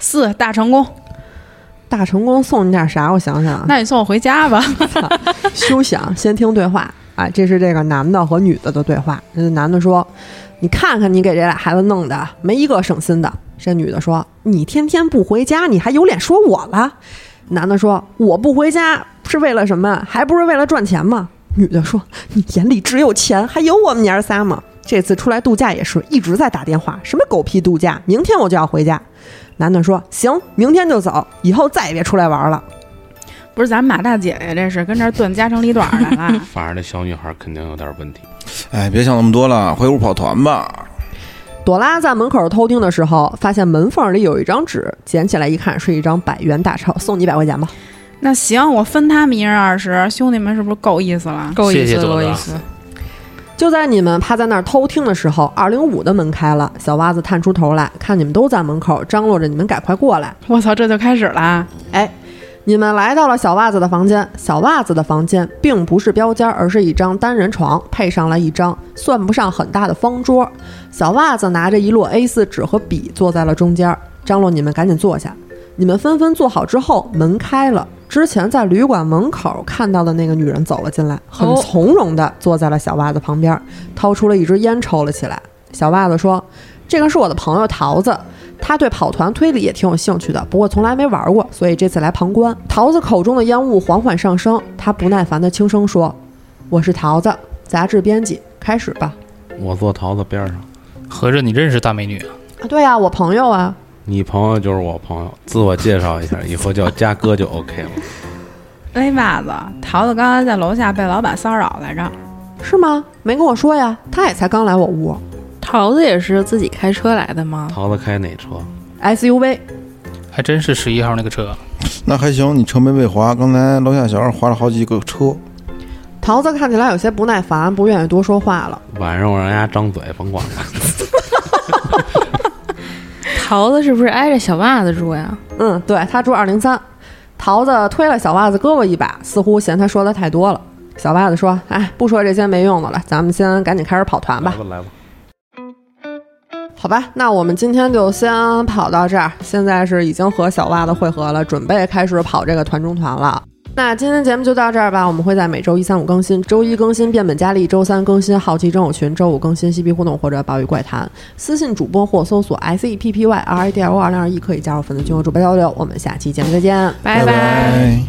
[SPEAKER 2] 四大成功，
[SPEAKER 1] 大成功送你点啥？我想想啊，
[SPEAKER 2] 那你送我回家吧。 [laughs]
[SPEAKER 1] 休想，先听对话啊！这是这个男的和女的的对话。这男的说：“你看看你给这俩孩子弄的，没一个省心的。”这女的说：“你天天不回家，你还有脸说我了？”男的说：“我不回家是为了什么？还不是为了赚钱吗？”女的说：“你眼里只有钱，还有我们娘儿仨吗？”这次出来度假也是一直在打电话，什么狗屁度假，明天我就要回家。男的说：“行，明天就走，以后再也别出来玩了。
[SPEAKER 2] 不是咱马大姐呀，这是跟这儿断家长里短来
[SPEAKER 3] [laughs]
[SPEAKER 2] 了。
[SPEAKER 6] 反正这小女孩肯定有点问题。
[SPEAKER 7] 哎，别想那么多了，回屋跑团吧。”
[SPEAKER 1] 朵拉在门口偷听的时候，发现门缝里有一张纸，捡起来一看，是一张百元大钞，送你一百块钱吧。
[SPEAKER 2] 那行，我分他们一人二十，兄弟们是不是够意思了？
[SPEAKER 3] 够意
[SPEAKER 4] 谢
[SPEAKER 3] 思，
[SPEAKER 4] 谢朵
[SPEAKER 3] 够
[SPEAKER 4] 拉
[SPEAKER 3] 意思。
[SPEAKER 1] 就在你们趴在那儿偷听的时候，二零五的门开了，小蛙子探出头来看你们都在门口，张罗着你们赶快过来。
[SPEAKER 2] 我操，这就开始了。
[SPEAKER 1] 你们来到了小袜子的房间。小袜子的房间并不是标间儿，而是一张单人床，配上了一张算不上很大的方桌。小袜子拿着一摞 A4 纸和笔坐在了中间儿。张罗你们赶紧坐下。你们纷纷坐好之后，门开了。之前在旅馆门口看到的那个女人走了进来，很
[SPEAKER 3] 哦
[SPEAKER 1] 从容地坐在了小袜子旁边儿，掏出了一支烟抽了起来。小袜子说：“这个是我的朋友桃子，他对跑团推理也挺有兴趣的，不过从来没玩过，所以这次来旁观。桃子口中的烟雾缓缓上升，他不耐烦地轻声说：“我是桃子，杂志编辑，开始吧。
[SPEAKER 6] 我坐桃子边上，
[SPEAKER 4] 合着你认识大美女啊？”
[SPEAKER 1] 啊，对呀、我朋友啊。
[SPEAKER 6] 你朋友就是我朋友，自我介绍一下，以后叫嘉哥就 OK 了。
[SPEAKER 2] 勒袜子，桃子刚才在楼下被老板骚扰来着。
[SPEAKER 1] 是吗？没跟我说呀，他也才刚来我屋
[SPEAKER 3] 桃子也是自己开车来的吗？
[SPEAKER 6] 桃子开哪车？
[SPEAKER 1] ，SUV。
[SPEAKER 4] 还真是十一号那个车，啊
[SPEAKER 7] 那还行，你车没被划，刚才楼下小二划了好几个车。
[SPEAKER 1] 桃子看起来有些不耐烦，不愿意多说话了。
[SPEAKER 6] 晚上我让人家张嘴，甭管了。
[SPEAKER 3] 桃子是不是挨着小袜子住呀？
[SPEAKER 1] 嗯，对他住二零三。桃子推了小袜子胳膊一把，似乎嫌他说的太多了。小袜子说：“哎，不说这些没用的了，咱们先赶紧开始跑团吧
[SPEAKER 6] 来。吧来吧，
[SPEAKER 1] 好吧，那我们今天就先跑到这儿。现在是已经和小袜子会合了，准备开始跑这个团中团了。那今天节目就到这儿吧，我们会在每周一、三、五更新，周一更新变本加厉，周三更新好奇真友群，周五更新嬉皮互动或者宝语怪谈。私信主播或搜索 S E P P Y R I D L O 二零二一可以加入粉丝群和主播交流。我们下期节目再见。
[SPEAKER 3] 拜
[SPEAKER 7] 拜